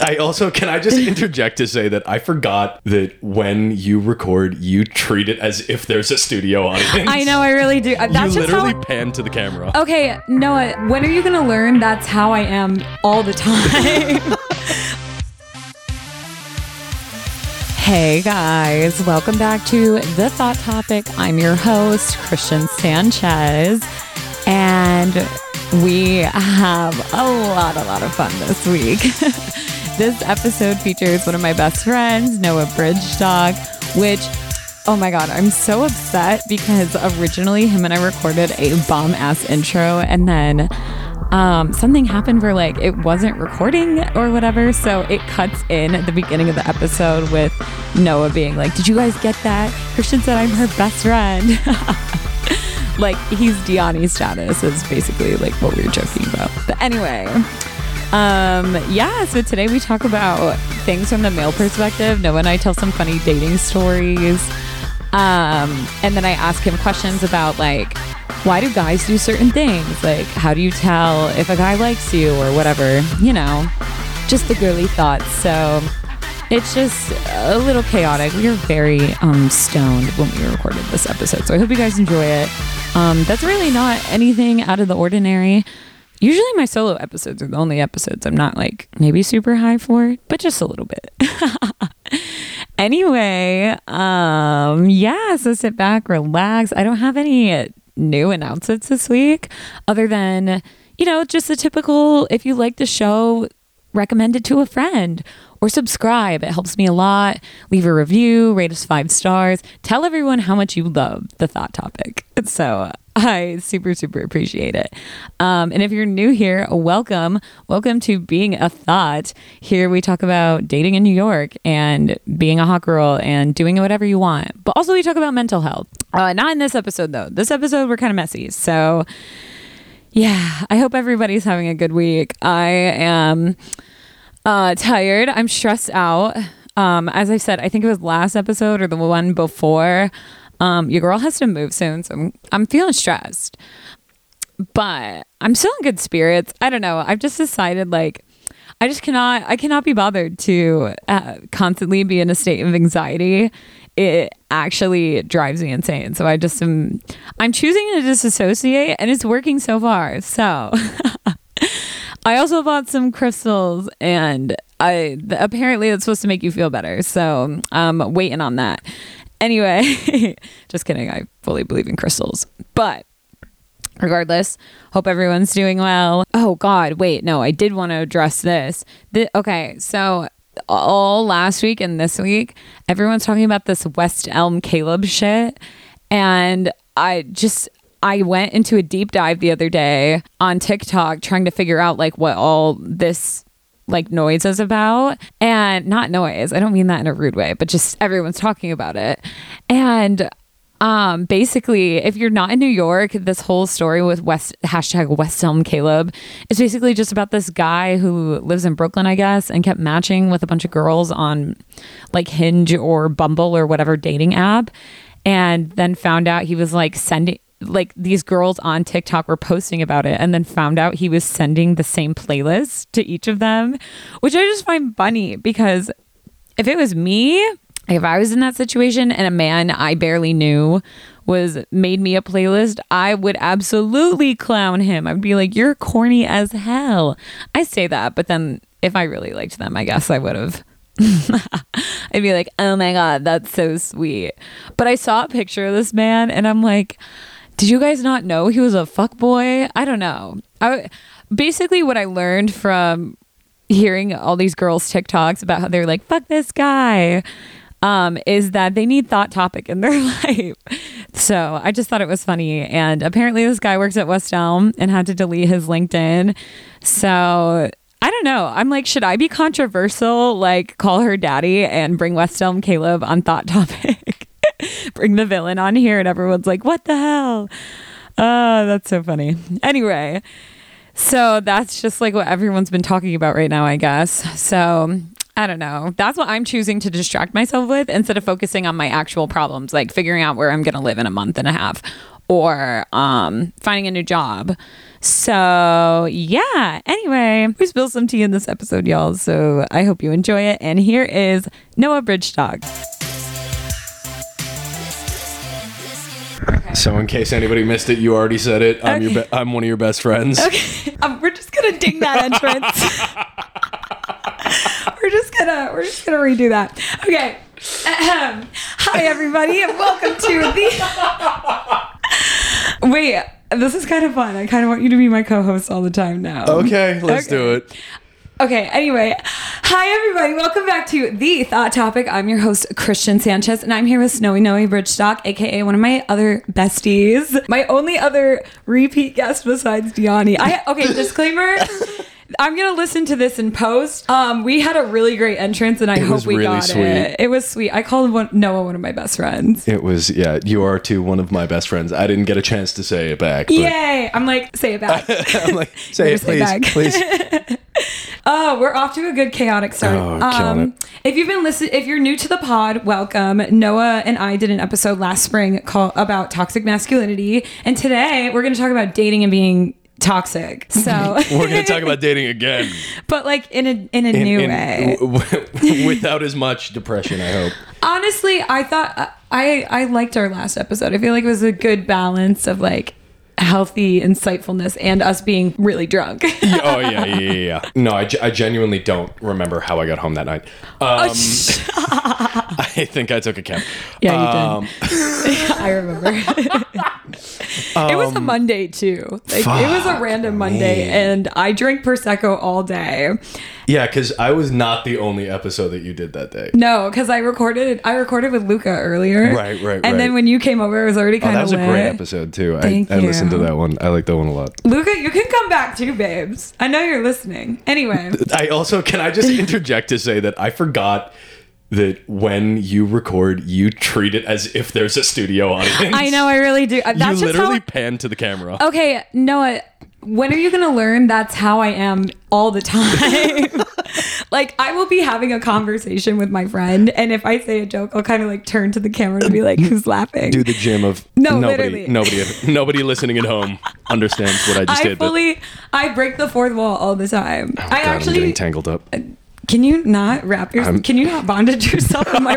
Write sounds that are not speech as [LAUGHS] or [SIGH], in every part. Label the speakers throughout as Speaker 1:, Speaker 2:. Speaker 1: I also can I
Speaker 2: [LAUGHS]
Speaker 1: just interject to say that I forgot that when you record, you treat it as if there's a studio audience. [LAUGHS]
Speaker 2: I know, I really do. Uh, That's
Speaker 1: you
Speaker 2: just
Speaker 1: literally
Speaker 2: how.
Speaker 1: pan to the camera.
Speaker 2: Okay, Noah, when are you gonna learn that's how I am all the time? [LAUGHS] hey guys, welcome back to The Thought Topic. I'm your host, Christian Sanchez, and we have a lot, a lot of fun this week. [LAUGHS] this episode features one of my best friends, Noah Bridge Dog, which Oh my God, I'm so upset because originally him and I recorded a bomb ass intro and then um, something happened where like it wasn't recording or whatever. So it cuts in at the beginning of the episode with Noah being like, Did you guys get that? Christian said I'm her best friend. [LAUGHS] like he's Diani's status is basically like what we were joking about. But anyway. Um, yeah, so today we talk about things from the male perspective. Noah and I tell some funny dating stories. Um, and then I ask him questions about like, why do guys do certain things? Like, how do you tell if a guy likes you or whatever? You know, just the girly thoughts. So it's just a little chaotic. We were very um, stoned when we recorded this episode. So I hope you guys enjoy it. Um, that's really not anything out of the ordinary. Usually my solo episodes are the only episodes I'm not like maybe super high for, but just a little bit. anyway, um yeah, so sit back, relax. I don't have any new announcements this week other than, you know, just the typical if you like the show, recommend it to a friend or subscribe. It helps me a lot. Leave a review, rate us 5 stars. Tell everyone how much you love the thought topic. [LAUGHS] So, I super, super appreciate it. Um, and if you're new here, welcome. Welcome to Being a Thought. Here we talk about dating in New York and being a hot girl and doing whatever you want. But also, we talk about mental health. Uh, not in this episode, though. This episode, we're kind of messy. So, yeah, I hope everybody's having a good week. I am uh, tired. I'm stressed out. Um, as I said, I think it was last episode or the one before. Um, your girl has to move soon, so I'm, I'm feeling stressed. But I'm still in good spirits. I don't know. I've just decided like I just cannot. I cannot be bothered to uh, constantly be in a state of anxiety. It actually drives me insane. So I just am. I'm choosing to disassociate, and it's working so far. So. [LAUGHS] I also bought some crystals, and I th- apparently it's supposed to make you feel better. So I'm waiting on that. Anyway, [LAUGHS] just kidding. I fully believe in crystals, but regardless hope everyone's doing well oh god wait no i did want to address this the, okay so all last week and this week everyone's talking about this west elm caleb shit and i just i went into a deep dive the other day on tiktok trying to figure out like what all this like noise is about and not noise i don't mean that in a rude way but just everyone's talking about it and um, basically, if you're not in New York, this whole story with West hashtag West Elm Caleb is basically just about this guy who lives in Brooklyn, I guess, and kept matching with a bunch of girls on like Hinge or Bumble or whatever dating app, and then found out he was like sending like these girls on TikTok were posting about it and then found out he was sending the same playlist to each of them, which I just find funny because if it was me, if I was in that situation and a man I barely knew was made me a playlist, I would absolutely clown him. I'd be like, "You're corny as hell." I say that, but then if I really liked them, I guess I would have. [LAUGHS] I'd be like, "Oh my god, that's so sweet." But I saw a picture of this man, and I'm like, "Did you guys not know he was a fuck boy?" I don't know. I basically what I learned from hearing all these girls TikToks about how they're like, fuck this guy, um, is that they need thought topic in their [LAUGHS] life. So I just thought it was funny. And apparently this guy works at West Elm and had to delete his LinkedIn. So I don't know. I'm like, should I be controversial? Like call her daddy and bring West Elm Caleb on thought topic. [LAUGHS] bring the villain on here and everyone's like, what the hell? Oh, that's so funny. Anyway, so that's just like what everyone's been talking about right now, I guess. So I don't know. That's what I'm choosing to distract myself with instead of focusing on my actual problems, like figuring out where I'm going to live in a month and a half or um, finding a new job. So, yeah. Anyway, we spilled some tea in this episode, y'all. So, I hope you enjoy it. And here is Noah Bridgestock.
Speaker 1: So, in case anybody missed it, you already said it. I'm your be- I'm one of your best friends.
Speaker 2: [LAUGHS] Um, we're just gonna ding that entrance. we're just gonna we're just gonna redo that. Okay. Ahem. Hi everybody and welcome to the [LAUGHS] Wait, this is kind of fun. I kind of want you to be my co-host all the time now.
Speaker 1: Okay, let's
Speaker 2: Okay.
Speaker 1: do it.
Speaker 2: Okay, anyway. Hi, everybody. Welcome back to The Thought Topic. I'm your host, Christian Sanchez, and I'm here with Snowy Noe Bridgestock, aka one of my other besties. My only other repeat guest besides Diani. I
Speaker 1: [LAUGHS]
Speaker 2: okay, disclaimer. I'm gonna listen to this in post. Um, we had a really great entrance, and I
Speaker 1: was
Speaker 2: hope we
Speaker 1: really
Speaker 2: got
Speaker 1: sweet.
Speaker 2: it. It was sweet. I called one, Noah one of my best friends.
Speaker 1: It was yeah. You are too one of my best friends. I didn't get a chance to say it back. But
Speaker 2: Yay! I'm like, say it back.
Speaker 1: [LAUGHS] I'm
Speaker 2: [LAUGHS]
Speaker 1: like, say it
Speaker 2: Never say
Speaker 1: please,
Speaker 2: back.
Speaker 1: please.
Speaker 2: Oh, we're off to a good chaotic start. Um,
Speaker 1: Oh, killing it.
Speaker 2: If you've been listening, if you're new to the pod, welcome. Noah and I did an episode last spring called about toxic masculinity, and today we're going to talk about dating and being
Speaker 1: [LAUGHS]
Speaker 2: toxic. So,
Speaker 1: We're gonna talk about dating again.
Speaker 2: [LAUGHS] but like in a in a
Speaker 1: In-
Speaker 2: new
Speaker 1: in-
Speaker 2: way.
Speaker 1: w- w- [LAUGHS] without as much depression, I hope.
Speaker 2: Honestly, I thought uh, I I liked our last episode. I feel like it was a good balance of like healthy insightfulness and us being really drunk. [LAUGHS]
Speaker 1: Yeah, oh yeah, yeah, yeah, yeah. [LAUGHS] No, I, ge- I genuinely don't remember how I got home that night. [LAUGHS] Um, I think I took a cab.
Speaker 2: Yeah, you did.
Speaker 1: um,
Speaker 2: [LAUGHS]
Speaker 1: Um,
Speaker 2: I remember. it was a Monday too. Like it was a random Monday, and I drank prosecco all day.
Speaker 1: Yeah, because I was not the only episode that you did that day.
Speaker 2: No, because I recorded. I recorded with Luca earlier.
Speaker 1: Right, right,
Speaker 2: And then
Speaker 1: right.
Speaker 2: when you came over, it was already kind
Speaker 1: that
Speaker 2: of
Speaker 1: was a
Speaker 2: lit.
Speaker 1: great episode too. I,
Speaker 2: Thank
Speaker 1: I listened to
Speaker 2: you.
Speaker 1: that one. I like that one a lot.
Speaker 2: Luca, you can come back too, babes. I know you're listening.
Speaker 1: [LAUGHS]
Speaker 2: Anyway,
Speaker 1: I also can I just
Speaker 2: [LAUGHS]
Speaker 1: interject to say that I forgot that when you record, you treat it as if there's a studio audience.
Speaker 2: I know I really do.
Speaker 1: [LAUGHS]
Speaker 2: That's
Speaker 1: You
Speaker 2: just
Speaker 1: literally
Speaker 2: how. Oh.
Speaker 1: pan to the camera.
Speaker 2: Okay, Noah, when are you going to learn that's how I am all the time? [LAUGHS] like, I will be having a conversation with my friend, and if I say a joke, I'll kind of like turn to the camera to be like, who's laughing?
Speaker 1: Do the gym of
Speaker 2: No,
Speaker 1: nobody,
Speaker 2: literally.
Speaker 1: nobody, nobody listening at home understands what I just
Speaker 2: I
Speaker 1: did. but-
Speaker 2: fully, I break the fourth wall all the time. I
Speaker 1: God, I'm
Speaker 2: actually, Uh,
Speaker 1: getting tangled up.
Speaker 2: can you not wrap your, can you not bondage yourself on my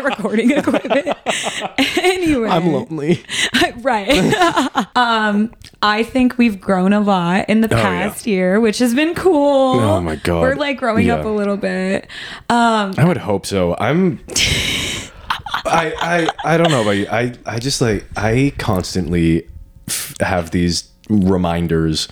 Speaker 1: [LAUGHS]
Speaker 2: recording equipment? [LAUGHS] anyway.
Speaker 1: I'm lonely.
Speaker 2: [LAUGHS] right. [LAUGHS] um, I think we've grown a lot in the
Speaker 1: Oh, yeah.
Speaker 2: past year, which has been cool.
Speaker 1: Oh, my God.
Speaker 2: We're like growing up a
Speaker 1: Yeah.
Speaker 2: little bit. Um,
Speaker 1: I would hope so. I'm. I I I don't know about you. I I just like I constantly f- have these reminders.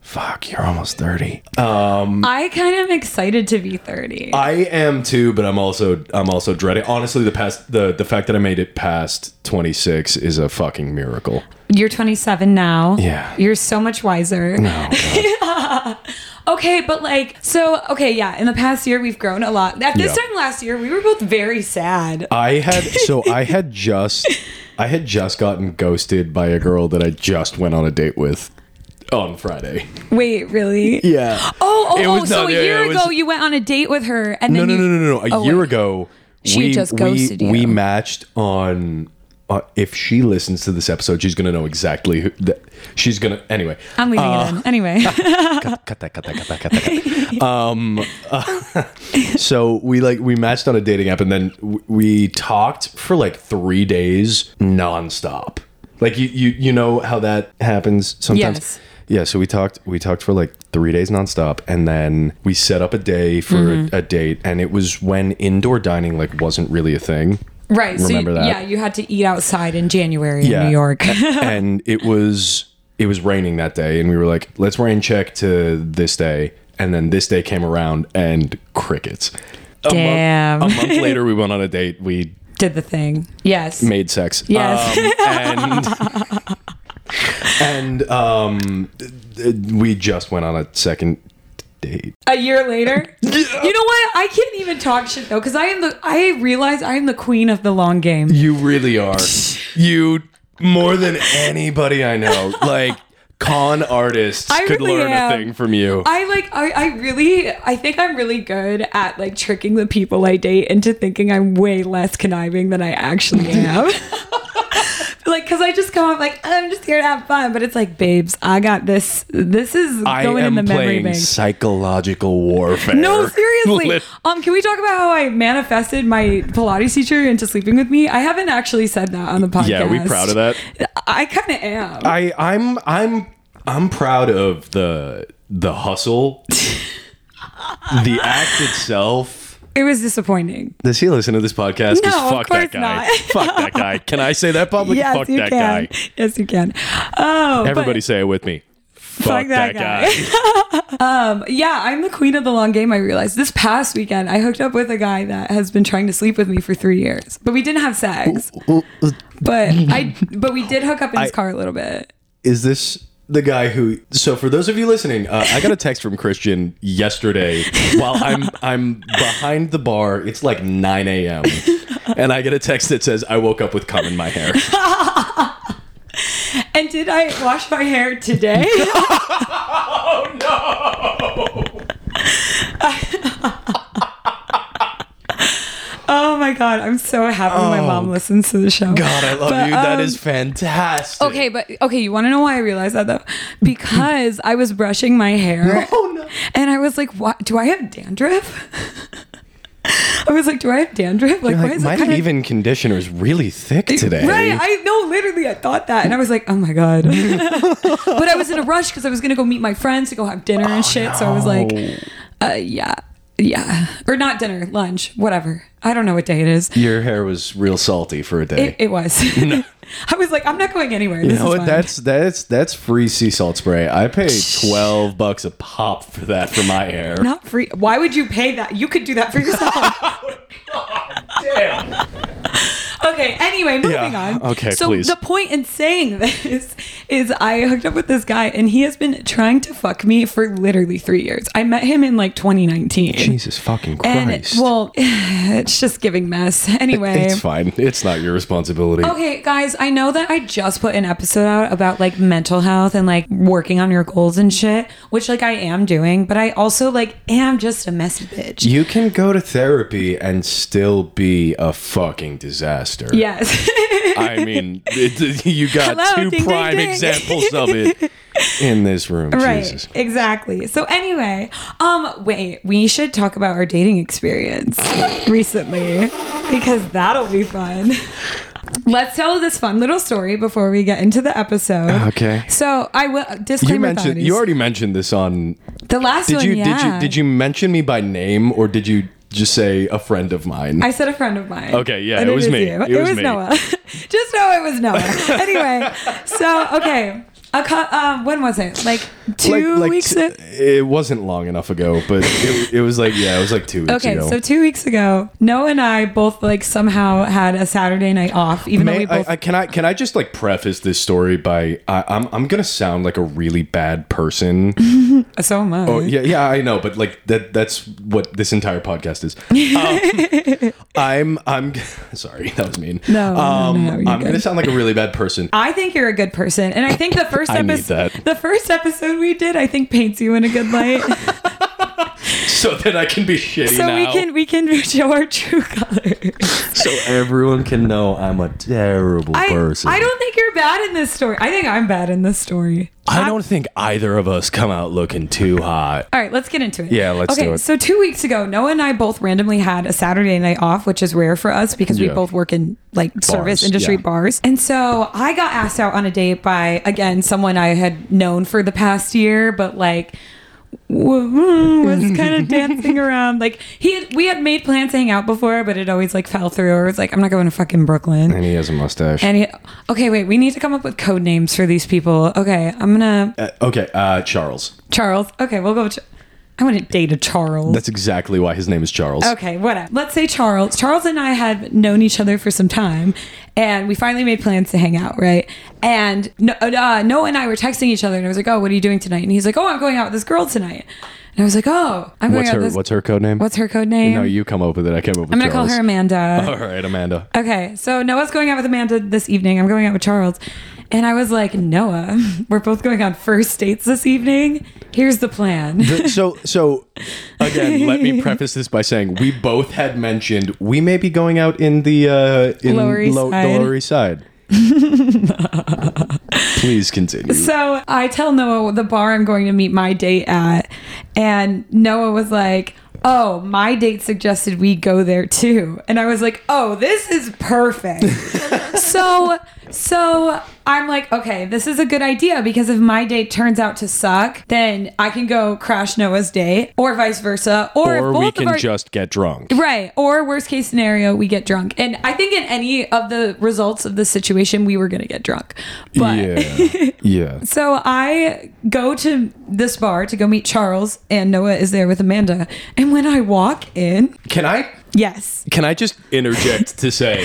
Speaker 1: Fuck, you're almost thirty. Mm.
Speaker 2: I kind of am excited to be 30.
Speaker 1: I am too, but I'm also I'm also dreading. Honestly, the past the the fact that I made it past 26 is a fucking miracle.
Speaker 2: You're 27 now.
Speaker 1: Yeah. Mm.
Speaker 2: You're so much wiser. Okay, but like, so, okay, yeah, in the past year, we've grown a lot. At this
Speaker 1: Yeah. Uh,
Speaker 2: time last year, we were both very sad.
Speaker 1: I had so I had just I had just gotten ghosted by a girl that I just went on a date with on Friday.
Speaker 2: Wait, really?
Speaker 1: Yeah.
Speaker 2: Oh, oh,
Speaker 1: It
Speaker 2: oh,
Speaker 1: was
Speaker 2: so
Speaker 1: not-
Speaker 2: a
Speaker 1: yeah,
Speaker 2: year
Speaker 1: it was-
Speaker 2: ago, you went on a date with her, and
Speaker 1: No,
Speaker 2: then
Speaker 1: no,
Speaker 2: you,
Speaker 1: no, no, no, no. A
Speaker 2: Oh,
Speaker 1: year
Speaker 2: wait.
Speaker 1: ago,
Speaker 2: She
Speaker 1: we,
Speaker 2: just
Speaker 1: we-
Speaker 2: ghosted you.
Speaker 1: We matched on. Uh, if she listens to this episode, she's gonna know exactly who. That, she's gonna anyway.
Speaker 2: I'm leaving
Speaker 1: Uh,
Speaker 2: it in.
Speaker 1: [LAUGHS]
Speaker 2: Anyway.
Speaker 1: cut, cut that, cut that, cut that, cut that. cut that. um, [LAUGHS] uh, so we like we matched on a dating app, and then w- we talked for like three days nonstop. Like you, you, you know how that happens sometimes.
Speaker 2: Yes.
Speaker 1: Yeah. So we talked, we talked for like three days nonstop, and then we set up a day for a, a date, and it was when indoor dining like wasn't really a thing.
Speaker 2: Right.
Speaker 1: Remember
Speaker 2: so
Speaker 1: that.
Speaker 2: Yeah, you had to eat outside in January
Speaker 1: Yeah.
Speaker 2: in New York. [LAUGHS]
Speaker 1: A- and it was it was raining that day, and we were like, let's rain check to this day, and then this day came around and crickets. A month-
Speaker 2: Damn.
Speaker 1: A month, later, we went on a date. We
Speaker 2: Did the thing. Yes.
Speaker 1: made sex.
Speaker 2: Yes. [LAUGHS]
Speaker 1: Um, and and um, th- th- we just went on a second date.
Speaker 2: A
Speaker 1: [LAUGHS]
Speaker 2: year later. You know what? I can't even talk shit though, because I am the I realize I am the queen of the long game.
Speaker 1: You really are. You more than anybody I know. Like con artists
Speaker 2: I
Speaker 1: could
Speaker 2: really
Speaker 1: learn
Speaker 2: am.
Speaker 1: a thing from you.
Speaker 2: I like I, I really I think I'm really good at like tricking the people
Speaker 1: [LAUGHS]
Speaker 2: I date into thinking I'm way less conniving than I actually am. like cuz because I just come off like "Oh, I'm just here to have fun, but it's like, babes, I got this. This is
Speaker 1: I
Speaker 2: going in
Speaker 1: am
Speaker 2: the memory
Speaker 1: playing
Speaker 2: bank.
Speaker 1: psychological warfare.
Speaker 2: No, [LAUGHS] seriously.
Speaker 1: [LAUGHS] Lit-
Speaker 2: Um, can we talk about how I manifested my Pilates teacher into sleeping with me? I haven't actually said that on the podcast.
Speaker 3: Yeah, we proud of that?
Speaker 2: I kind of am.
Speaker 1: I I'm I'm I'm proud of the the hustle, the act itself.
Speaker 2: It was disappointing.
Speaker 1: Does he listen to this podcast? 'Cause
Speaker 2: No, of
Speaker 1: fuck that
Speaker 2: course
Speaker 1: guy.
Speaker 2: not.
Speaker 1: [LAUGHS] Fuck that guy. Can I say that publicly?
Speaker 2: [LAUGHS] yes,
Speaker 1: fuck
Speaker 2: you
Speaker 1: that
Speaker 2: can.
Speaker 1: guy.
Speaker 2: Yes, you can. Oh, but-
Speaker 1: Everybody say it with me. Fuck, that,
Speaker 2: that
Speaker 1: guy.
Speaker 2: Yeah, I'm the queen of the long game. I realized this past weekend I hooked up with a guy that has been trying to sleep with me for three years, but we didn't have sex. [LAUGHS] But I, but we did hook up in his
Speaker 1: I-
Speaker 2: car a little bit.
Speaker 1: Is this the guy who? So for those of you listening, uh, I got a text from Christian yesterday while I'm I'm behind the bar. It's like 9 a.m. and I get a text that says, "I woke up with cum in my hair."
Speaker 2: And did I wash my hair
Speaker 1: [LAUGHS]
Speaker 2: today? [LAUGHS] oh no! [LAUGHS] oh my god, I'm so happy my mom listens to the show.
Speaker 1: Oh, God, I love
Speaker 2: But,
Speaker 1: you. that
Speaker 2: um,
Speaker 1: is fantastic. Oh,
Speaker 2: Okay, but okay, you want to know why I realized
Speaker 1: [LAUGHS]
Speaker 2: that though? Because I was brushing my hair.
Speaker 1: Oh no.
Speaker 2: And I was like, "What? Do I have dandruff?" [LAUGHS] I was like, "Do I have dandruff? Like, why is
Speaker 1: my
Speaker 2: it kind
Speaker 1: leave-in conditioner is really thick today.
Speaker 2: Right? I no, literally, I thought that, and I was like, "Oh
Speaker 1: [LAUGHS]
Speaker 2: my god!" but I was in a rush because I was gonna go meet my friends to go have dinner
Speaker 1: Oh,
Speaker 2: and shit. So I was like, uh, "Yeah, yeah," or not dinner, lunch, whatever. I don't know what day it is.
Speaker 1: Your hair was real salty for a day.
Speaker 2: It, it was.
Speaker 1: [LAUGHS]
Speaker 2: [LAUGHS] I was like, "I'm not going anywhere." This
Speaker 1: you know what?
Speaker 2: is fine.
Speaker 1: That's that's that's free sea salt spray. I paid twelve bucks a pop for that for my hair.
Speaker 2: not free. Why would you pay that? You could do that
Speaker 1: [LAUGHS]
Speaker 2: for yourself.
Speaker 1: Damn.
Speaker 2: Okay, anyway, moving
Speaker 1: Yeah,
Speaker 2: on.
Speaker 1: okay,
Speaker 2: so
Speaker 1: please.
Speaker 2: the point in saying [LAUGHS] this is I hooked up with this guy and he has been trying to fuck me for literally three years. I met him in like 2019.
Speaker 1: Jesus fucking
Speaker 2: and
Speaker 1: Christ.
Speaker 2: well, [LAUGHS] it's just giving mess. Anyway.
Speaker 1: it's fine. It's not your responsibility.
Speaker 2: Okay, guys, I know that I just put an episode out about like mental health and like working on your goals and shit, which like I am doing, but I also like am just a messy bitch.
Speaker 1: You can go to therapy and still be a fucking disaster.
Speaker 2: Yes.
Speaker 1: [LAUGHS] I mean, it, you got
Speaker 2: Hello,
Speaker 1: two
Speaker 2: ding, ding,
Speaker 1: prime
Speaker 2: ding.
Speaker 1: examples of
Speaker 2: [LAUGHS]
Speaker 1: it in this room. Jesus.
Speaker 2: exactly. So anyway, um, wait, we should talk about our dating experience [LAUGHS] recently because that'll be fun. Let's tell this fun little story before we get into the episode.
Speaker 1: Okay.
Speaker 2: So I will disclaimer.
Speaker 1: You mentioned
Speaker 2: boundaries.
Speaker 1: you already mentioned this on
Speaker 2: the last
Speaker 1: Did
Speaker 2: one.
Speaker 1: you
Speaker 2: yeah.
Speaker 1: did you did you mention me by name or did you just say a friend of mine?
Speaker 2: I said a friend of mine.
Speaker 1: Okay, yeah,
Speaker 2: And
Speaker 1: it was
Speaker 2: is
Speaker 1: me.
Speaker 2: you.
Speaker 1: It
Speaker 2: It
Speaker 1: was
Speaker 2: was,
Speaker 1: me.
Speaker 2: Noah. [LAUGHS] Just know it
Speaker 1: [LAUGHS]
Speaker 2: was Noah. anyway, so okay, a co- um, when was it? Like two weeks.
Speaker 1: t-
Speaker 2: in-
Speaker 1: it wasn't long enough ago, but it, it was like yeah, it was like two weeks
Speaker 2: Okay,
Speaker 1: ago.
Speaker 2: so two weeks ago, Noah and I both like somehow had a Saturday night off, even though
Speaker 1: May,
Speaker 2: we
Speaker 1: I,
Speaker 2: both.
Speaker 1: I, can I can I just like preface this story by I, I'm I'm gonna sound like a really bad
Speaker 2: [LAUGHS]
Speaker 1: person.
Speaker 2: so much.
Speaker 1: Oh, yeah, yeah, I know, but like that—that's what this entire podcast is.
Speaker 2: [LAUGHS]
Speaker 1: Um, I'm, I'm [LAUGHS] sorry, that was mean.
Speaker 2: No, no, no,
Speaker 1: um,
Speaker 2: no, you're
Speaker 1: I'm gonna
Speaker 2: good.
Speaker 1: sound like a really bad
Speaker 2: [LAUGHS]
Speaker 1: person.
Speaker 2: I think you're a good person, and I think the
Speaker 1: [LAUGHS]
Speaker 2: first
Speaker 1: I need
Speaker 2: episode,
Speaker 1: that.
Speaker 2: the first episode we did, I think paints you in a good
Speaker 1: [LAUGHS]
Speaker 2: light,
Speaker 1: So that I can be shitty
Speaker 2: so
Speaker 1: now.
Speaker 2: we can we can [LAUGHS] show our true colors.
Speaker 1: so everyone can know I'm a terrible
Speaker 2: I
Speaker 1: person.
Speaker 2: I don't think you're bad in this story. I think I'm bad in this story.
Speaker 1: I don't think either of us come out looking too hot.
Speaker 2: All right, let's get into it.
Speaker 1: Yeah, let's
Speaker 2: okay,
Speaker 1: do it.
Speaker 2: So two weeks ago, Noah and I both randomly had a Saturday night off, which is rare for us because
Speaker 1: Yeah.
Speaker 2: we both work in like service industry
Speaker 1: yeah.
Speaker 2: bars. And so I got asked out on a date by again someone I had known for the past year, but like w-
Speaker 1: [LAUGHS]
Speaker 2: mm, was kind of dancing around. Like he, had, we had made plans to hang out before, but it always like fell through. Or it's like I'm not going to fucking Brooklyn.
Speaker 1: And he has a mustache.
Speaker 2: And he, okay, wait, we need to come up with code names for these people. Okay, I'm gonna
Speaker 1: Uh, okay, uh, Charles.
Speaker 2: Charles. Okay, we'll go. With Ch- I want to date a Charles.
Speaker 1: That's exactly why his name is Charles.
Speaker 2: Okay, whatever. Let's say Charles. Charles and I had known each other for some time, and we finally made plans to hang out, right? And no, uh, Noah and I were texting each other, and I was like, "Oh, what are you doing tonight?" And he's like, "Oh, I'm going out with this girl tonight." And I was like, "Oh, I'm going
Speaker 1: What's
Speaker 2: out
Speaker 1: her
Speaker 2: with this."
Speaker 1: What's her code name?
Speaker 2: what's her code name?
Speaker 1: No, you come up with it. I came up with.
Speaker 2: I'm gonna call
Speaker 1: Charles.
Speaker 2: her Amanda.
Speaker 1: [LAUGHS] All right, Amanda.
Speaker 2: Okay, so Noah's going out with Amanda this evening. I'm going out with Charles. And I was like, Noah, [LAUGHS] we're both going on first dates this evening. Here's the plan.
Speaker 1: Th- so so again let
Speaker 2: [LAUGHS]
Speaker 1: me preface this by saying we both had mentioned we may be going out in the uh in
Speaker 2: Lower East
Speaker 1: the
Speaker 2: Side. [LAUGHS]
Speaker 1: lower east side Please continue.
Speaker 2: So I tell Noah the bar I'm going to meet my date at, and Noah was like, Oh, my date suggested we go there too. And I was like, Oh, this is perfect. so so I'm like, okay, this is a good idea because if my date turns out to suck, then I can go crash Noah's date, or vice versa. Or, if
Speaker 4: or
Speaker 2: both
Speaker 4: we
Speaker 2: of
Speaker 4: can
Speaker 2: our-
Speaker 4: just get drunk.
Speaker 2: Right. Or worst case scenario, we get drunk. And I think in any of the results of the situation, we were going to get drunk.
Speaker 1: [LAUGHS]
Speaker 2: But
Speaker 1: yeah. Yeah.
Speaker 2: so I go to this bar to go meet Charles, and Noah is there with Amanda. And when I walk in,
Speaker 1: Can I
Speaker 2: yes, [LAUGHS]
Speaker 1: Can I just interject to say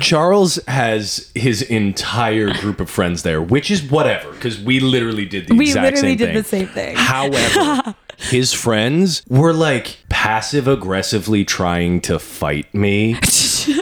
Speaker 1: Charles has his entire group of friends there, which is whatever, because we literally did the
Speaker 2: We
Speaker 1: exact same
Speaker 2: literally did
Speaker 1: thing.
Speaker 2: the same thing.
Speaker 1: However,
Speaker 2: [LAUGHS]
Speaker 1: his friends were like passive aggressively trying to fight me.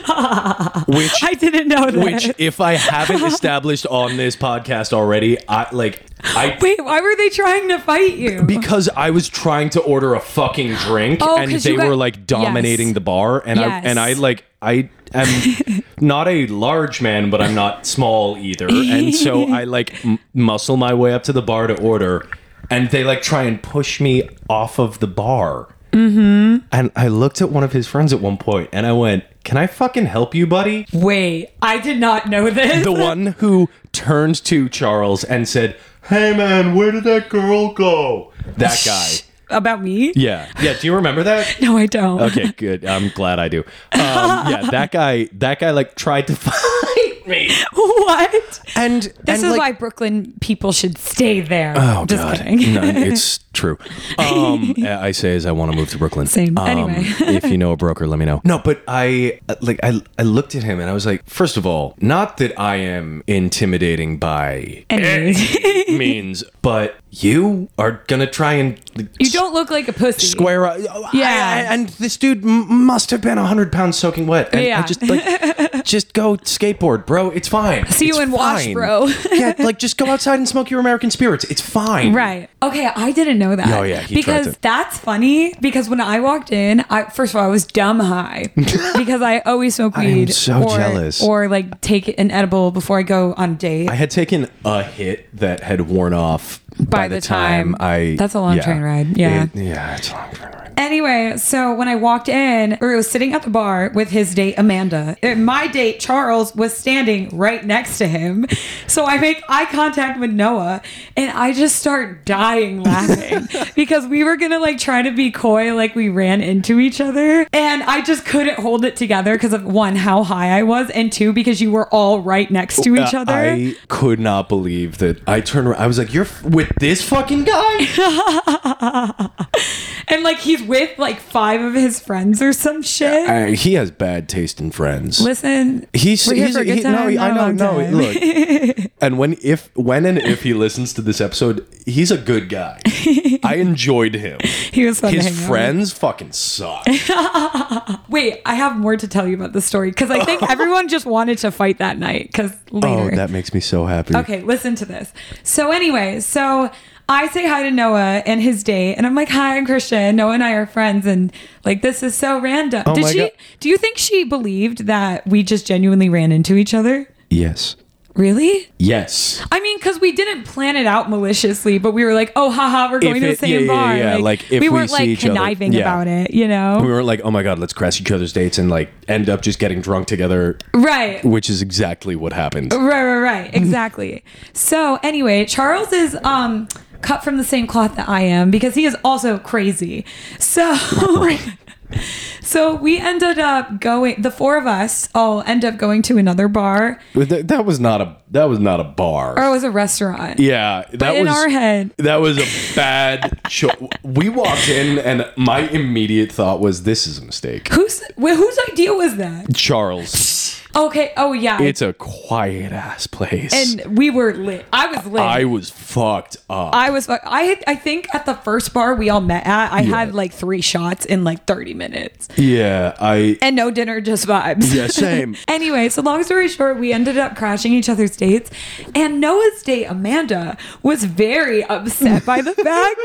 Speaker 1: which
Speaker 2: I didn't know that. [LAUGHS]
Speaker 1: which if I haven't established on this podcast already, I like I
Speaker 2: Wait, why were they trying to fight you?
Speaker 1: because I was trying to order a fucking drink
Speaker 2: Oh,
Speaker 1: and
Speaker 2: 'cause
Speaker 1: they
Speaker 2: you got-
Speaker 1: were like dominating
Speaker 2: Yes.
Speaker 1: the bar and
Speaker 2: Yes.
Speaker 1: I and I like I
Speaker 2: [LAUGHS]
Speaker 1: am not a large man but I'm not small either and so
Speaker 2: [LAUGHS]
Speaker 1: I like m- muscle my way up to the bar to order and they like try and push me off of the bar. Mm-hmm. And I looked at one of his friends at one point and I went, "Can I fucking help you, buddy?"
Speaker 2: Wait, I did not know this. [LAUGHS]
Speaker 1: the one who turned to Charles and said, "Hey man, where did that girl go?" That guy.
Speaker 2: [LAUGHS] About me?
Speaker 1: Yeah. Yeah. Do you remember
Speaker 2: [LAUGHS]
Speaker 1: that?
Speaker 2: No, I don't.
Speaker 1: Okay, good. I'm glad I do. Um, yeah, that guy. That guy like tried to [LAUGHS] fight me,
Speaker 2: What?
Speaker 1: and
Speaker 2: This is why Brooklyn people should stay there.
Speaker 1: Oh
Speaker 2: Just
Speaker 1: God!
Speaker 2: kidding.
Speaker 1: No, it's true.
Speaker 2: [LAUGHS]
Speaker 1: Um, I say as I want to move to Brooklyn.
Speaker 2: Same.
Speaker 1: Um,
Speaker 2: Anyway. [LAUGHS]
Speaker 1: if you know a broker, let me know. No, but I like I I looked at him and I was like, first of all, not that I am intimidating by
Speaker 2: Anyways,
Speaker 1: means, [LAUGHS] but you are gonna try and
Speaker 2: [LAUGHS] you don't look like a pussy.
Speaker 1: square up. Oh, I-
Speaker 2: Yeah.
Speaker 1: I- and this dude m- must have been 100 pounds soaking wet. And
Speaker 2: Yeah.
Speaker 1: I just
Speaker 2: [LAUGHS]
Speaker 1: like, just go skateboard, bro. It's fine.
Speaker 2: See you
Speaker 1: It's
Speaker 2: in Wash,
Speaker 1: fine.
Speaker 2: bro.
Speaker 1: [LAUGHS] yeah, like just go outside and smoke your American spirits. It's fine.
Speaker 2: Right. Okay, I didn't know that.
Speaker 1: Oh, yeah, he tried
Speaker 2: because
Speaker 1: to-
Speaker 2: that's funny. Because when I walked in, I first of all I was
Speaker 1: [LAUGHS]
Speaker 2: dumb high because I always smoke
Speaker 1: am
Speaker 2: weed.
Speaker 1: so
Speaker 2: or,
Speaker 1: jealous.
Speaker 2: Or like take an edible before I go on a date.
Speaker 1: I had taken a hit that had worn off by,
Speaker 2: the
Speaker 1: the time,
Speaker 2: time.
Speaker 1: I.
Speaker 2: That's a long
Speaker 1: yeah.
Speaker 2: train ride, yeah.
Speaker 1: It- yeah, it's a long train ride.
Speaker 2: Anyway, so when I walked in, or I was sitting at the bar with his date Amanda. And my date Charles was standing right next to him. So I make eye contact with Noah and I just start
Speaker 1: [LAUGHS]
Speaker 2: dying laughing because we were going to like try to be coy like we ran into each other and I just couldn't hold it together because of one how high I was and two because you were all right next to each
Speaker 1: Uh,
Speaker 2: other.
Speaker 1: I could not believe that I turned around. I was like, "You're f- with this fucking
Speaker 2: [LAUGHS]
Speaker 1: guy."
Speaker 2: and like he's with like five of his friends or some shit.
Speaker 1: Uh, he has bad taste in friends.
Speaker 2: Listen,
Speaker 1: He's,
Speaker 2: We're here
Speaker 1: he's
Speaker 2: for a good
Speaker 1: he-
Speaker 2: time,
Speaker 1: no, he-
Speaker 2: not a
Speaker 1: I
Speaker 2: long
Speaker 1: know, no,
Speaker 2: time.
Speaker 1: look.
Speaker 2: [LAUGHS]
Speaker 1: And when if when and if he listens to this episode, he's a good guy. I enjoyed
Speaker 2: [LAUGHS]
Speaker 1: him.
Speaker 2: he was fun to hang out
Speaker 1: His
Speaker 2: with.
Speaker 1: friends fucking
Speaker 2: [LAUGHS]
Speaker 1: suck.
Speaker 2: Wait, I have more to tell you about the story because
Speaker 1: [LAUGHS]
Speaker 2: I think everyone just wanted to fight that night because
Speaker 1: Oh,
Speaker 2: later.
Speaker 1: makes me so happy.
Speaker 2: okay, listen to this. So, anyway, so I say hi to Noah and his date, and I'm like, hi, I'm Christian. Noah and I are friends, and like, this is so random. Did
Speaker 1: Oh my
Speaker 2: she,
Speaker 1: God.
Speaker 2: do you think she believed that we just genuinely ran into each other?
Speaker 1: Yes.
Speaker 2: Really?
Speaker 1: Yes.
Speaker 2: I mean, because we didn't plan it out maliciously, but we were like, oh, haha, we're going to the
Speaker 1: it- yeah, yeah,
Speaker 2: same bar.
Speaker 1: yeah, like, if we
Speaker 2: we weren't
Speaker 1: see
Speaker 2: like
Speaker 1: each other.
Speaker 2: conniving
Speaker 1: Yeah.
Speaker 2: about it, you know?
Speaker 1: We weren't like, oh my god, let's crash each other's dates and like end up just getting drunk together,
Speaker 2: right.
Speaker 1: which is exactly what happened.
Speaker 2: Right,
Speaker 1: [LAUGHS]
Speaker 2: right, right. Exactly. so anyway, Charles is um cut from the same cloth that I am because he is also crazy. So [LAUGHS] So we ended up going the four of us all end up going to another bar
Speaker 1: But th- that was not a that was not a bar.
Speaker 2: or it was a restaurant.
Speaker 1: Yeah, that
Speaker 2: Oh. in
Speaker 1: was
Speaker 2: our head.
Speaker 1: That was a bad
Speaker 2: [LAUGHS]
Speaker 1: choice. We walked in, and my immediate thought was, "This is a mistake."
Speaker 2: Whose well, whose idea was that?
Speaker 1: Charles,
Speaker 2: Okay, oh yeah.
Speaker 1: it's a quiet ass place.
Speaker 2: and we were lit. I was lit.
Speaker 1: I was fucked up.
Speaker 2: I was fuck- I I think at the first bar we all met at, I
Speaker 1: Yeah.
Speaker 2: had like 3 shots in like 30 minutes.
Speaker 1: yeah, I.
Speaker 2: And no dinner, just vibes.
Speaker 1: Yeah, same.
Speaker 2: [LAUGHS] Anyway, so long story short, we ended up crashing each other's dates. And Noah's date, Amanda, was very upset
Speaker 1: [LAUGHS]
Speaker 2: by the fact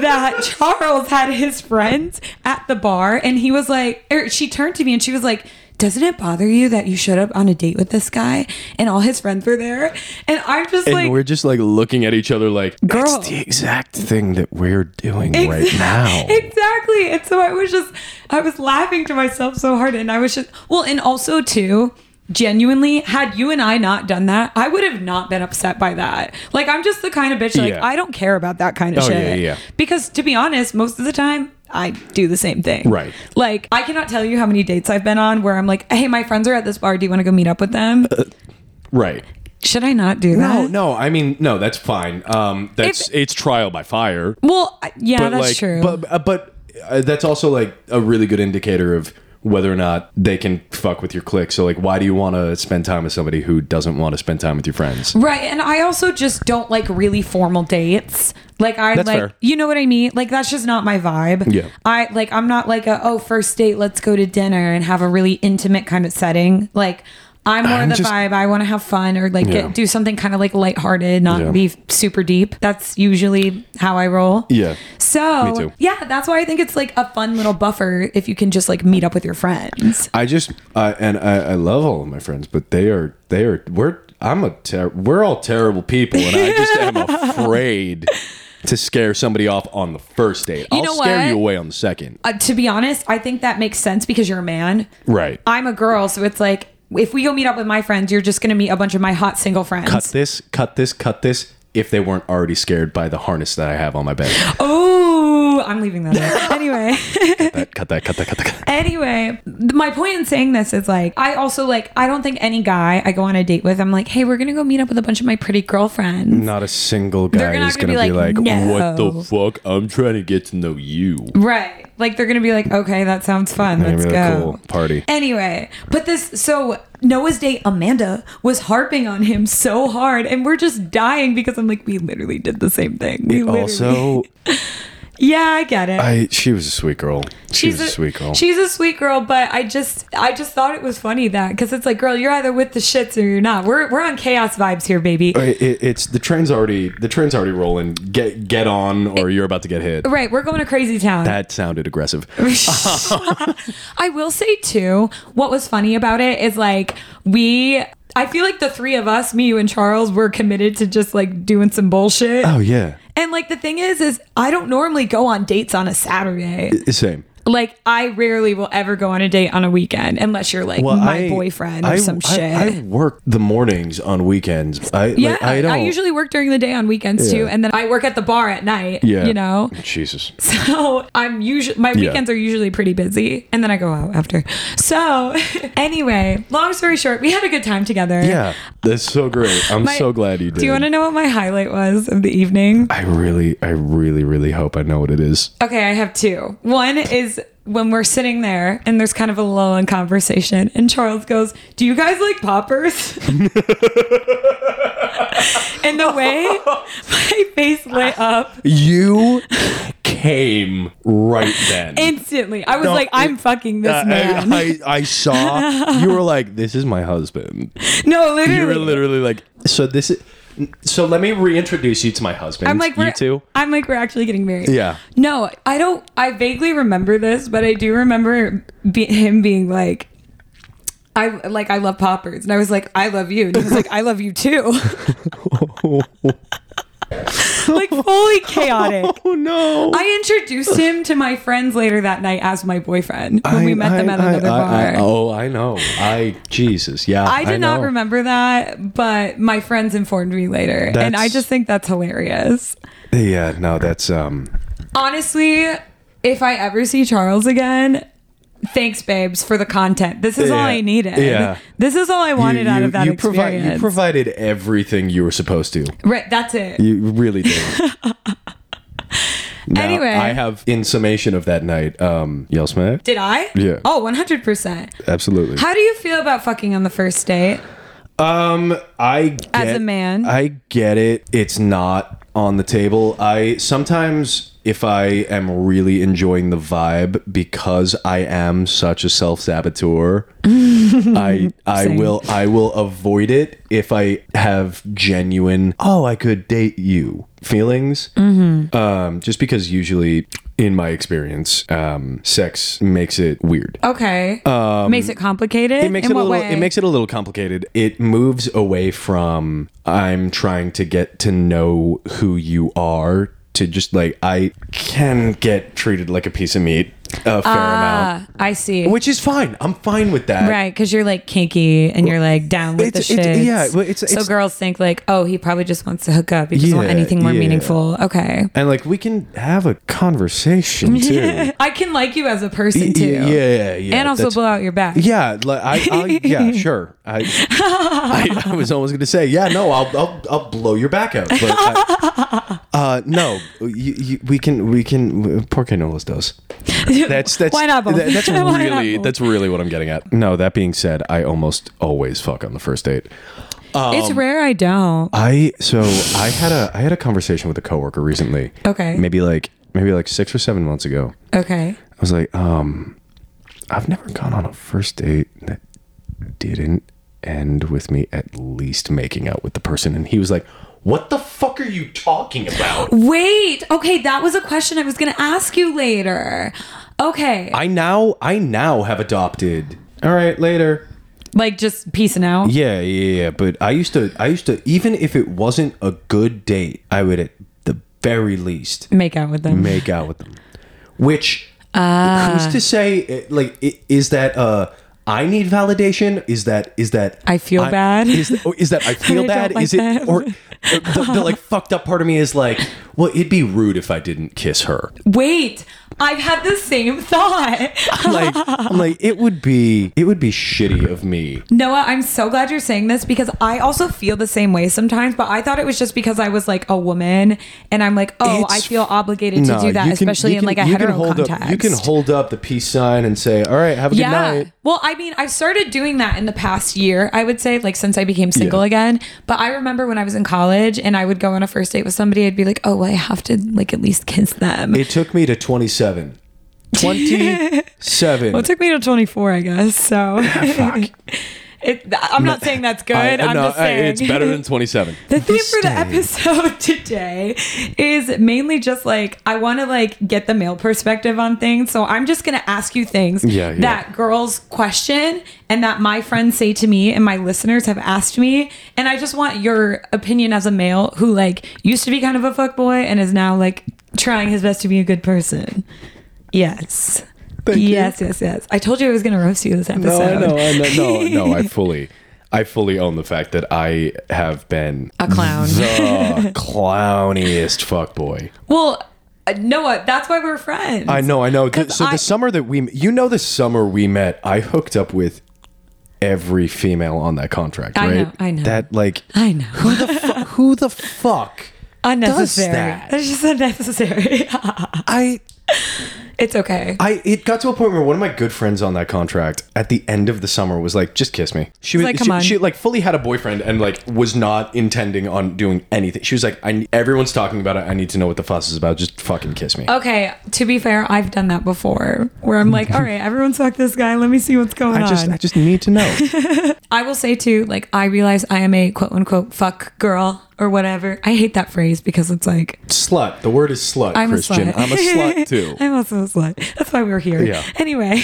Speaker 2: that Charles had his friends at the bar. And he was like, or she turned er, to me and she was like, doesn't it bother you that you showed up on a date with this guy and all his friends were there? And I'm just
Speaker 1: And
Speaker 2: like,
Speaker 1: we're just like looking at each other like,
Speaker 2: Girl.
Speaker 1: it's the exact thing that we're doing
Speaker 2: Ex- [LAUGHS]
Speaker 1: right now.
Speaker 2: Exactly. And so I was just, I was laughing to myself so hard. And I was just, well, and also, too, genuinely, had you and I not done that, I would have not been upset by that. Like, I'm just the kind of bitch, like,
Speaker 1: Yeah.
Speaker 2: I don't care about that kind of
Speaker 1: Oh,
Speaker 2: shit.
Speaker 1: yeah, yeah.
Speaker 2: Because to be honest, most of the time, I do the same thing.
Speaker 1: Right.
Speaker 2: Like, I cannot tell you how many dates I've been on where I'm like, hey, my friends are at this bar. Do you want to go meet up with them?
Speaker 1: right.
Speaker 2: Should I not do
Speaker 1: Uh, No,
Speaker 2: that?
Speaker 1: no. I mean, no, that's fine. Um, that's it's trial by fire.
Speaker 2: Well, I- yeah, that's
Speaker 1: like,
Speaker 2: true.
Speaker 1: But uh, but uh, that's also like a really good indicator of whether or not they can fuck with your clique. So like, why do you want to spend time with somebody who doesn't want to spend time with your friends?
Speaker 2: Right, and I also just don't like really formal dates. Like I
Speaker 1: That's
Speaker 2: like
Speaker 1: fair.
Speaker 2: you know what I mean? Like that's just not my vibe.
Speaker 1: Yeah.
Speaker 2: I like I'm not like a oh first date, let's go to dinner and have a really intimate kind of setting. Like I'm more
Speaker 1: I'm
Speaker 2: of the
Speaker 1: just-
Speaker 2: vibe. I want to have fun or like
Speaker 1: Yeah.
Speaker 2: get, do something kind of like lighthearted, not
Speaker 1: Yeah.
Speaker 2: be super deep. That's usually how I roll.
Speaker 1: Yeah.
Speaker 2: So
Speaker 1: Me too.
Speaker 2: yeah, that's why I think it's like a fun little buffer if you can just like meet up with your friends.
Speaker 1: I just uh, and I, I love all of my friends, but they are they are we're I'm a ter- we're all terrible people, and I just
Speaker 2: [LAUGHS]
Speaker 1: am afraid to scare somebody off on the first date. I'll
Speaker 2: know
Speaker 1: scare
Speaker 2: what?
Speaker 1: you away on the second.
Speaker 2: Uh, to be honest, I think that makes sense because you're a man.
Speaker 1: Right.
Speaker 2: I'm a girl, so it's like if we go meet up with my friends, you're just gonna meet a bunch of my hot single friends.
Speaker 1: cut this, cut this, cut this. If they weren't already scared by the harness that I have on my bed,
Speaker 2: [LAUGHS] Oh, I'm leaving that.
Speaker 1: [LAUGHS]
Speaker 2: out. anyway,
Speaker 1: cut that, cut that, cut that, cut that. Cut that.
Speaker 2: anyway, th- my point in saying this is like I also like I don't think any guy I go on a date with, I'm like, hey, we're gonna go meet up with a bunch of my pretty girlfriends.
Speaker 1: Not a single guy
Speaker 2: not
Speaker 1: is
Speaker 2: gonna
Speaker 1: gonna,
Speaker 2: be
Speaker 1: be
Speaker 2: like,
Speaker 1: like, "What
Speaker 2: "No."
Speaker 1: the fuck? I'm trying to get to know you."
Speaker 2: Right. Like they're gonna be like, okay, that sounds fun.
Speaker 1: They're
Speaker 2: Let's
Speaker 1: gonna be
Speaker 2: go.
Speaker 1: like, "Cool, party."
Speaker 2: Anyway, but this so Noah's date Amanda was harping on him so hard, and we're just dying because I'm like, we literally did the same thing. We literally-
Speaker 1: Also,
Speaker 2: yeah, I get it.
Speaker 1: I she was a sweet girl. She was a, sweet girl.
Speaker 2: She's a sweet girl, but I just I just thought it was funny that because it's like, girl, you're either with the shits or you're not. We're we're on chaos vibes here, baby.
Speaker 1: It, it, it's the train's already the train's already rolling. Get get on, or you're about to get hit.
Speaker 2: Right, we're going to crazy town.
Speaker 1: That [LAUGHS] sounded aggressive.
Speaker 2: [LAUGHS] I will say too, what was funny about it is like we I feel like the three of us, me, you, and Charles, were committed to just like doing some bullshit.
Speaker 1: Oh yeah,
Speaker 2: And like the thing is, is I don't normally go on dates on a Saturday.
Speaker 1: same.
Speaker 2: Like I rarely will ever go on a date on a weekend unless you're like my
Speaker 1: I-
Speaker 2: boyfriend or
Speaker 1: I-
Speaker 2: some
Speaker 1: I-
Speaker 2: shit.
Speaker 1: I, work the mornings on weekends. I
Speaker 2: Yeah,
Speaker 1: like, I don't.
Speaker 2: usually work during the day on weekends too,
Speaker 1: Yeah.
Speaker 2: and then I work at the bar at night.
Speaker 1: yeah.
Speaker 2: you know. [LAUGHS]
Speaker 1: Jesus.
Speaker 2: So I'm usually my
Speaker 1: Yeah.
Speaker 2: weekends are usually pretty busy, and then I go out after. So [LAUGHS] anyway, long story short, we had a good time together.
Speaker 1: Yeah, that's so great. I'm
Speaker 2: My-
Speaker 1: so glad you did.
Speaker 2: Do you want to know what my highlight was of the evening?
Speaker 1: I really, I really, really hope I know what it is.
Speaker 2: Okay, I have two. One is when we're sitting there and there's kind of a lull in conversation, and Charles goes, Do you guys
Speaker 1: [LAUGHS]
Speaker 2: like poppers? [LAUGHS] and the way my face lit up
Speaker 1: You came right then.
Speaker 2: instantly, I was
Speaker 1: No,
Speaker 2: like, I'm
Speaker 1: it-
Speaker 2: fucking this
Speaker 1: I-
Speaker 2: man.
Speaker 1: I, I, I saw you were like, "This is my husband."
Speaker 2: [LAUGHS] no, literally.
Speaker 1: You were literally like, "So this is." So let me reintroduce you to my husband.
Speaker 2: I'm like,
Speaker 1: you
Speaker 2: we're,
Speaker 1: two.
Speaker 2: I'm like, we're actually getting
Speaker 1: [LAUGHS]
Speaker 2: married.
Speaker 1: Yeah.
Speaker 2: No, I don't. I vaguely remember this, but I do remember be, him being like, I like, I love poppers, and I was like, I love you, and he was like, I love you too. [LAUGHS]
Speaker 1: Oh,
Speaker 2: like
Speaker 1: [LAUGHS]
Speaker 2: fully chaotic.
Speaker 1: Oh no!
Speaker 2: I introduced him to my friends later that night as my boyfriend when we met them at another
Speaker 1: I,
Speaker 2: bar.
Speaker 1: I- oh, I know. I Jesus, yeah.
Speaker 2: I did not
Speaker 1: know.
Speaker 2: remember that, but my friends informed me later. and I
Speaker 1: That's-
Speaker 2: just think that's hilarious.
Speaker 1: Yeah, no, that's um.
Speaker 2: honestly, if I ever see Charles again, thanks, babes, for the content. This is all
Speaker 1: Yeah.
Speaker 2: I needed.
Speaker 1: Yeah.
Speaker 2: This is all I wanted out of that
Speaker 1: you provi-
Speaker 2: experience.
Speaker 1: you provided everything you were supposed to.
Speaker 2: right, that's it.
Speaker 1: You really did.
Speaker 2: [LAUGHS]
Speaker 1: Now,
Speaker 2: Anyway.
Speaker 1: I have in summation of that night. Um, yell smack.
Speaker 2: Did I?
Speaker 1: Yeah.
Speaker 2: Oh, 100%.
Speaker 1: Absolutely.
Speaker 2: How do you feel about fucking on the first date?
Speaker 1: Um, I get,
Speaker 2: As a man.
Speaker 1: I get it. It's not on the table. I sometimes, if I am really enjoying the vibe, because I am such a self saboteur,
Speaker 2: [LAUGHS]
Speaker 1: I I
Speaker 2: Same.
Speaker 1: will I will avoid it if I have
Speaker 2: Mm-hmm.
Speaker 1: genuine. Oh, I could date you feelings. Um, just because usually in my experience, um, sex makes it weird.
Speaker 2: Okay. makes it complicated.
Speaker 1: Um, It makes
Speaker 2: In
Speaker 1: it a
Speaker 2: what
Speaker 1: little.
Speaker 2: way?
Speaker 1: It makes it a little complicated. It moves away from I'm trying to get to know who you are to just like I can get treated like a piece of meat a fair amount,
Speaker 2: Ah, I see.
Speaker 1: which is fine. I'm fine with that.
Speaker 2: Right, because you're like kinky and you're like down with
Speaker 1: It's-
Speaker 2: the shit.
Speaker 1: it's- yeah, well, it's-
Speaker 2: so
Speaker 1: it's-
Speaker 2: girls think like, oh, he probably just wants to hook up. He doesn't want
Speaker 1: Yeah,
Speaker 2: anything more
Speaker 1: yeah.
Speaker 2: meaningful. Okay.
Speaker 1: And like we can have a
Speaker 2: [LAUGHS]
Speaker 1: conversation too.
Speaker 2: I can like you as a person too.
Speaker 1: yeah, yeah, yeah.
Speaker 2: and also
Speaker 1: that's-
Speaker 2: blow out your back.
Speaker 1: Yeah, like I, I
Speaker 2: [LAUGHS]
Speaker 1: yeah, sure. I, I, I was almost going to say, yeah, no, I'll, I'll, I'll blow your back out. But I- uh, no, you, you, we can, we can. Por qué no los dos?
Speaker 2: [LAUGHS]
Speaker 1: That's that's
Speaker 2: Why not both?
Speaker 1: that- that's
Speaker 2: [LAUGHS] Why not
Speaker 1: really
Speaker 2: both?
Speaker 1: that's really what I'm getting at. No, that being said, I almost always fuck on the first date. um,
Speaker 2: it's rare I don't.
Speaker 1: I so I had a I had a conversation with a coworker recently.
Speaker 2: Okay.
Speaker 1: maybe like maybe like six or seven months ago.
Speaker 2: Okay.
Speaker 1: I was like, um, I've never gone on a first date that didn't end with me at least making out with the person. And he was like, What the fuck are you talking [LAUGHS] about?
Speaker 2: Wait. Okay, that was a question I was gonna ask you later. Okay.
Speaker 1: I now, I now have adopted. All right, later.
Speaker 2: like just piecing out.
Speaker 1: Yeah, yeah, yeah. But I used to, I used to, even if it wasn't a good date, I would at the very least
Speaker 2: Make out with them.
Speaker 1: make out with them. Which who's to say? uh, Like, i- is that uh, I need validation? Is that is that
Speaker 2: I feel bad?
Speaker 1: Is that, or is that I feel
Speaker 2: [LAUGHS] I don't
Speaker 1: bad?
Speaker 2: like
Speaker 1: is it
Speaker 2: that.
Speaker 1: or the, the like fucked up part of me is like, well, it'd be rude if I didn't kiss her.
Speaker 2: Wait. I've had the same [LAUGHS] thought. [LAUGHS]
Speaker 1: Like, I'm like, it would be it would be shitty of me.
Speaker 2: Noah, I'm so glad you're saying this because I also feel the same way sometimes, but I thought it was just because I was like a woman and I'm like, oh, I
Speaker 1: It's-
Speaker 2: feel obligated to
Speaker 1: No,
Speaker 2: do that,
Speaker 1: you can-
Speaker 2: especially
Speaker 1: you
Speaker 2: in
Speaker 1: can-
Speaker 2: like a
Speaker 1: you
Speaker 2: hetero
Speaker 1: can hold
Speaker 2: context.
Speaker 1: Up, you can hold up the peace sign and say, all right, have a
Speaker 2: yeah.
Speaker 1: good night.
Speaker 2: Well, I mean, I've started doing that in the past year, I would say, like since I became single
Speaker 1: Yeah.
Speaker 2: again. But I remember when I was in college and I would go on a first date with somebody, I'd be like, oh, well, I have to like at least kiss them.
Speaker 1: It took me to
Speaker 2: [LAUGHS]
Speaker 1: 27. 27.
Speaker 2: Well, it took me to 24, I guess.
Speaker 1: [LAUGHS]
Speaker 2: So [LAUGHS] it, I'm not saying that's good.
Speaker 1: I- uh,
Speaker 2: I, am
Speaker 1: no,
Speaker 2: just
Speaker 1: I-
Speaker 2: saying.
Speaker 1: it's better than 27.
Speaker 2: [LAUGHS] The theme for the
Speaker 1: Stay.
Speaker 2: episode [LAUGHS] today is mainly just like I want to like get the male perspective on things. So I'm just gonna ask you things
Speaker 1: Yeah, yeah.
Speaker 2: that girls question and that my friends say to me and my listeners have asked me. And I just want your opinion as a male who like used to be kind of a fuckboy and is now like trying his best to be a good person. Yes.
Speaker 1: Thank you.
Speaker 2: yes, yes, yes. I told you I was gonna roast you this
Speaker 1: No, I
Speaker 2: episode.
Speaker 1: know, I know, no, no.
Speaker 2: [LAUGHS]
Speaker 1: I fully, I fully own the fact that I have been
Speaker 2: A clown. [LAUGHS]
Speaker 1: the clowniest fuckboy.
Speaker 2: Well, uh, Noah, that's why we're friends.
Speaker 1: I know, I know. Th-
Speaker 2: 'Cause
Speaker 1: so
Speaker 2: I-
Speaker 1: the summer that we, you know, the summer we met, I hooked up with every female on that contract.
Speaker 2: I
Speaker 1: right?
Speaker 2: know, I know.
Speaker 1: That like,
Speaker 2: I know.
Speaker 1: who the fu- who the fuck?
Speaker 2: unnecessary.
Speaker 1: that?
Speaker 2: That's just unnecessary. [LAUGHS]
Speaker 1: I
Speaker 2: it's okay.
Speaker 1: I it got to a point where one of my good friends on that contract at the end of the summer was like, "Just kiss me." She was
Speaker 2: like,
Speaker 1: she,
Speaker 2: "Come on."
Speaker 1: she like fully had a boyfriend and like was not intending on doing anything. She was like, "I everyone's talking about it. I need to know what the fuss is about. Just fucking kiss me."
Speaker 2: okay, to be fair, I've done that before where I'm like, all right, everyone fuck this guy. Let me see what's going
Speaker 1: I just
Speaker 2: on.
Speaker 1: I just need to
Speaker 2: [LAUGHS]
Speaker 1: know.
Speaker 2: I will say too, like, I realize I am a quote unquote fuck girl or whatever. I hate that phrase because it's like,
Speaker 1: slut. The word is slut,
Speaker 2: I'm
Speaker 1: Christian.
Speaker 2: a slut.
Speaker 1: I'm a
Speaker 2: [LAUGHS]
Speaker 1: slut too.
Speaker 2: I'm also a slut. That's why we're here.
Speaker 1: Yeah. [LAUGHS]
Speaker 2: Anyway.